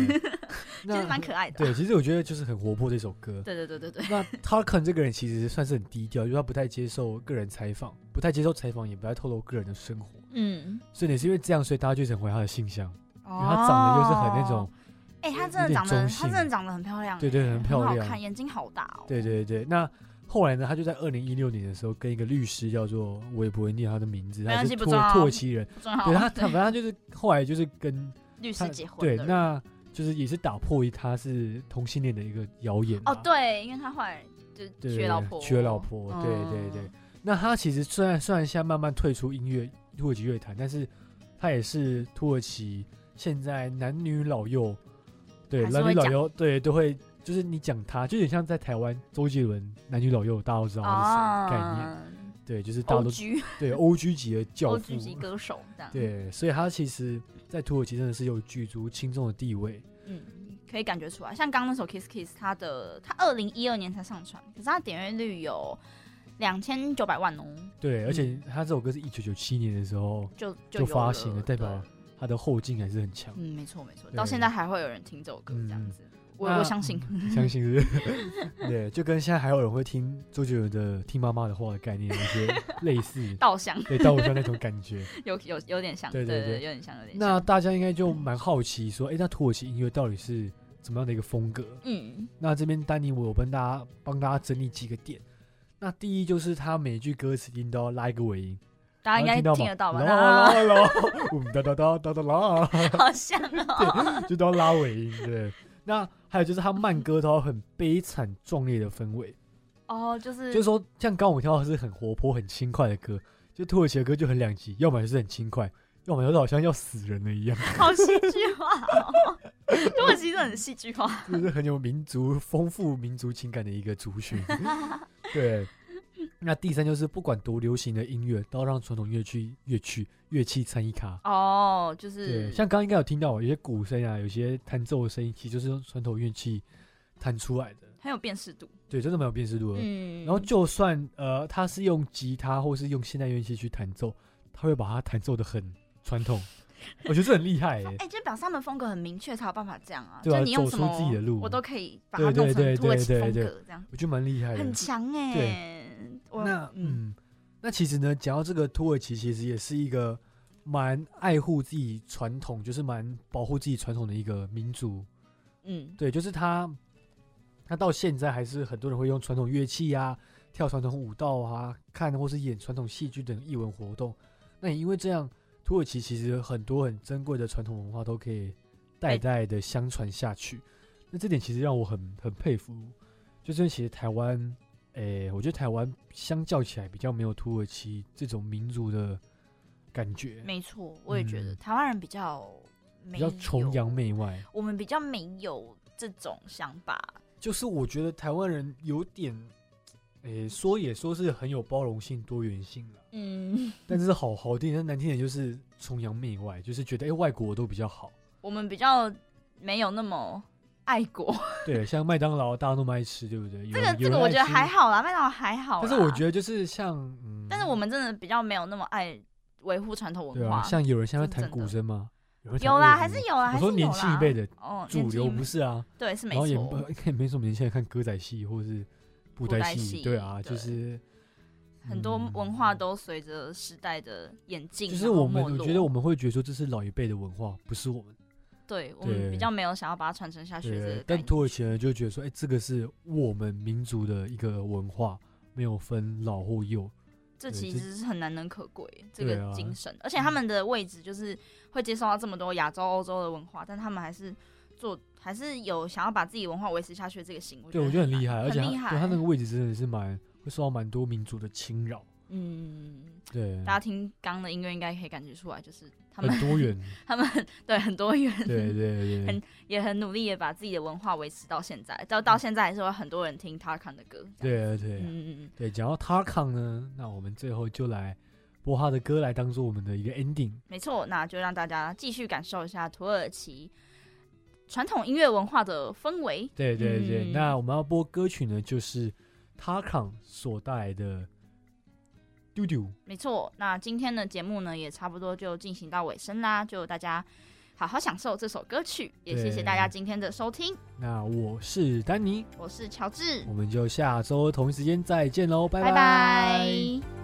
Speaker 3: 其实蛮可爱的。啊
Speaker 1: 对，其实我觉得就是很活泼的一首歌。
Speaker 3: 对对对对对
Speaker 1: 那 Taken 这个人其实算是很低调，因为他不太接受个人采访，不太接受采访，也不太透露个人的生活。
Speaker 3: 嗯，
Speaker 1: 所以也是因为这样，所以大家就成为他的性向。因为
Speaker 3: 哦，
Speaker 1: 她长得又是很那种，
Speaker 3: 哎、她真
Speaker 1: 有
Speaker 3: 的
Speaker 1: 点
Speaker 3: 长得，
Speaker 1: 中
Speaker 3: 她
Speaker 1: 性
Speaker 3: 真的长得很漂亮、哎
Speaker 1: 对对，很漂
Speaker 3: 很好看，
Speaker 1: 亮。
Speaker 3: 眼睛好大哦。
Speaker 1: 对对对，那后来呢，她就在二零一六年的时候跟一个律师叫做，我也不会念她的名字，
Speaker 3: 没
Speaker 1: 她
Speaker 3: 关
Speaker 1: 是
Speaker 3: 系不
Speaker 1: 土
Speaker 3: 重要
Speaker 1: 土耳其人，
Speaker 3: 不重要
Speaker 1: 对她，
Speaker 3: 对
Speaker 1: 她反正她就是后来就是跟
Speaker 3: 律师
Speaker 1: 她
Speaker 3: 结婚
Speaker 1: 对，
Speaker 3: 的人
Speaker 1: 那就是也是打破一她是同性恋的一个谣言啊
Speaker 3: 哦
Speaker 1: 嘛，
Speaker 3: 对，因为她后来就
Speaker 1: 对
Speaker 3: 娶老婆，哦嗯
Speaker 1: 娶老婆，对对对。那她其实虽然虽然现在慢慢退出音乐土耳其乐坛，但是她也是土耳其现在男女老幼，对
Speaker 10: 还是
Speaker 1: 男
Speaker 10: 会
Speaker 1: 女老
Speaker 10: 讲
Speaker 1: 幼对都会，就是你讲她，就有点像在台湾周杰伦男女老幼大家都知道是
Speaker 3: 啊
Speaker 1: 什么概念，对，就是大家都
Speaker 3: OG
Speaker 1: 对 O G 级的教
Speaker 3: 哦欧
Speaker 1: 父
Speaker 3: 剧级歌手这样，，
Speaker 1: 对，所以她其实，在土耳其真的是有举足轻重的地位。
Speaker 3: 嗯，可以感觉出来。像刚刚那首 Kiss Kiss，它的它二零一二年才上传，可是它点阅率有两千九百万哦，
Speaker 1: 对，而且她这首歌是一九九七年的时候
Speaker 3: 就就
Speaker 1: 就发
Speaker 3: 有
Speaker 1: 行
Speaker 3: 了
Speaker 1: 了，代
Speaker 3: 对
Speaker 1: 表她的后劲还是很强。
Speaker 3: 嗯，没错没错，
Speaker 1: 对嗯
Speaker 3: 到现在还会有人听这首歌这样子。我
Speaker 1: 那嗯
Speaker 3: 我相信，
Speaker 1: 相信是不是对，就跟现在还有人会听周杰伦的《听妈妈的话》的概念有些 类似，
Speaker 3: 稻香
Speaker 1: 对稻香那种感 觉。
Speaker 3: 有有有点像，
Speaker 1: 对
Speaker 3: 对
Speaker 1: 对
Speaker 3: 对，
Speaker 1: 对
Speaker 3: 有点像，有点像。
Speaker 1: 那大家应该就蛮好奇说，哎、那土耳其音乐到底是怎么样的一个风格？
Speaker 3: 嗯，
Speaker 1: 那这边丹尼我有帮大家帮大家整理几个点。那第一就是他每句歌词一定都要拉一个尾音，
Speaker 3: 大啊家应该
Speaker 1: 然后
Speaker 3: 听
Speaker 1: 听
Speaker 3: 得到吧？啊
Speaker 1: 啦
Speaker 3: 啦
Speaker 1: 啦啦，我嗯们哒哒哒哒哒啦，
Speaker 3: 好像 哦，
Speaker 1: 就都要拉尾音，对。那还有就是他慢歌都要很悲惨壮烈的氛围，
Speaker 3: 哦，就是
Speaker 1: 就是说像刚刚我们听到的是很活泼很轻快的歌，就土耳其的歌就很两极，要么就是很轻快，要么就是好像要死人了一样，
Speaker 3: 好戏剧化哦， 土耳其真的很戏剧化。
Speaker 1: 就是很有民族丰富民族情感的一个族群。 对，那第三就是不管多流行的音乐，都要让传统乐器乐器乐器参与卡。
Speaker 3: 哦，就
Speaker 1: 对，
Speaker 3: 是
Speaker 1: 像刚刚应该有听到有些鼓声啊，有些弹奏的声音，其实就是用传统乐器弹出来的。
Speaker 3: 很有辨识度。
Speaker 1: 对，真的蛮有辨识度的。
Speaker 3: 嗯，
Speaker 1: 然后就算呃，他是用吉他或是用现代乐器去弹奏，他会把它弹奏的很传 统，我觉得这很厉害耶、
Speaker 3: 哎，就表示他们风格很明确，才有办法这样啊。
Speaker 1: 对啊
Speaker 3: 就你用什么
Speaker 1: 走出自己的路
Speaker 3: 我都可以把它
Speaker 1: 对
Speaker 3: 弄
Speaker 1: 对
Speaker 3: 成
Speaker 1: 对
Speaker 3: 土耳
Speaker 1: 对
Speaker 3: 其风
Speaker 1: 对
Speaker 3: 格
Speaker 1: 对
Speaker 3: 这样，，
Speaker 1: 我觉得蛮厉害的，
Speaker 3: 很强哎
Speaker 1: 对。
Speaker 3: 我
Speaker 1: 那
Speaker 3: 嗯，
Speaker 1: 嗯，那其实呢，讲到这个土耳其，其实也是一个蛮爱护自己传统，就是蛮保护自己传统的一个民族。
Speaker 3: 嗯
Speaker 1: 对，就是他，他到现在还是很多人会用传统乐器啊，跳传统舞蹈啊，看或是演传统戏剧等艺文活动。那也因为这样，土耳其其实很多很珍贵的传统文化都可以代
Speaker 3: 被
Speaker 1: 代的相传下去。那这点其实让我很很佩服，就是因为其实台湾，诶、我觉得台湾相较起来比较没有土耳其这种民族的感觉，
Speaker 3: 没错，我也觉得
Speaker 1: 嗯
Speaker 3: 台湾人比较
Speaker 1: 比
Speaker 3: 没
Speaker 1: 较
Speaker 3: 有
Speaker 1: 崇洋媚外。
Speaker 3: 我们比较没有这种想法。
Speaker 1: 就是我觉得台湾人有点，诶、说也说是很有包容性、多元性了，
Speaker 3: 嗯，
Speaker 1: 但是好好听，但难听点就是崇洋媚外，就是觉得诶、外国都比较好。
Speaker 3: 我们比较没有那么爱 国。
Speaker 1: 对，像麦当劳大家那么爱吃，对不对？有
Speaker 3: 这
Speaker 1: 人有
Speaker 3: 个这个
Speaker 1: 人
Speaker 3: 我
Speaker 1: 爱
Speaker 3: 觉得
Speaker 1: 吃
Speaker 3: 还，好啦，麦当劳还好啦。
Speaker 1: 但是我觉得就是像，嗯，
Speaker 3: 但是我们真的比较没有那么爱维护传统
Speaker 1: 对
Speaker 3: 文化。
Speaker 1: 啊，像有人现在
Speaker 3: 这
Speaker 1: 弹
Speaker 3: 是真
Speaker 1: 鼓
Speaker 3: 的
Speaker 1: 声吗？有人弹
Speaker 3: 有啦，
Speaker 1: 乐
Speaker 3: 还
Speaker 1: 鼓
Speaker 3: 是
Speaker 1: 吗
Speaker 3: 有啦，还
Speaker 1: 我说
Speaker 3: 是有啦。
Speaker 1: 年轻一辈的
Speaker 3: 哦，
Speaker 1: 主流不是啊，
Speaker 3: 对是没
Speaker 1: 然后也
Speaker 3: 错
Speaker 1: 不 也没什么年轻人看歌仔戏或是布
Speaker 3: 布
Speaker 1: 袋
Speaker 3: 袋
Speaker 1: 戏，
Speaker 3: 戏
Speaker 1: 对啊，
Speaker 3: 对
Speaker 1: 就是
Speaker 3: 很多
Speaker 1: 嗯
Speaker 3: 文化都随着时代的演进，
Speaker 1: 就是
Speaker 3: 然后
Speaker 1: 我们，
Speaker 3: 没
Speaker 1: 我
Speaker 3: 落啊
Speaker 1: 觉得我们会觉得说这是老一辈的文化，不是我们。
Speaker 3: 对我们
Speaker 1: 对
Speaker 3: 比较没有想要把它传承下去的这
Speaker 1: 对
Speaker 3: 个，概
Speaker 1: 但
Speaker 3: 念。
Speaker 1: 土耳其人就觉得说，哎、这个是我们民族的一个文化，没有分老或幼。
Speaker 3: 这
Speaker 1: 对
Speaker 3: 其
Speaker 1: 这
Speaker 3: 实是很难能可贵这
Speaker 1: 对
Speaker 3: 个
Speaker 1: 啊
Speaker 3: 精神，而且他们的位置就是会接受到这么多亚洲、欧洲的文化，但他们还是做还是有想要把自己文化维持下去的这个行为。
Speaker 1: 对，我觉得很厉害，
Speaker 3: 难
Speaker 1: 而且
Speaker 3: 很厉
Speaker 1: 他对他那
Speaker 3: 害
Speaker 1: 个位置真的是蛮会受到蛮多民族的侵扰。
Speaker 3: 嗯，
Speaker 1: 对，
Speaker 3: 大家听刚刚的音乐应该可以感觉出来，就是他们
Speaker 1: 很多， 元。
Speaker 3: 他们对很多元，
Speaker 1: 对对对
Speaker 3: 很，也很努力也把自己的文化维持到现在，到到现在还是有很多人听 Tarkan 的歌。这样
Speaker 1: 对啊对
Speaker 3: 嗯嗯
Speaker 1: 对。讲到 Tarkan 呢，那我们最后就来播他的歌来当做我们的一个 ending。
Speaker 3: 没错，那就让大家继续感受一下土耳其传统音乐文化的氛围。
Speaker 1: 对对对，
Speaker 3: 嗯
Speaker 1: 那我们要播歌曲呢，就是 Tarkan 所带来的《丢丢》。
Speaker 3: 没错，那今天的节目呢也差不多就进行到尾声啦，就大家好好享受这首歌曲，也谢谢大家
Speaker 1: 对
Speaker 3: 今天的收听，
Speaker 1: 那我是丹尼，
Speaker 3: 我是乔治
Speaker 1: 我，们就下周同一时间再见喽，拜
Speaker 3: 拜拜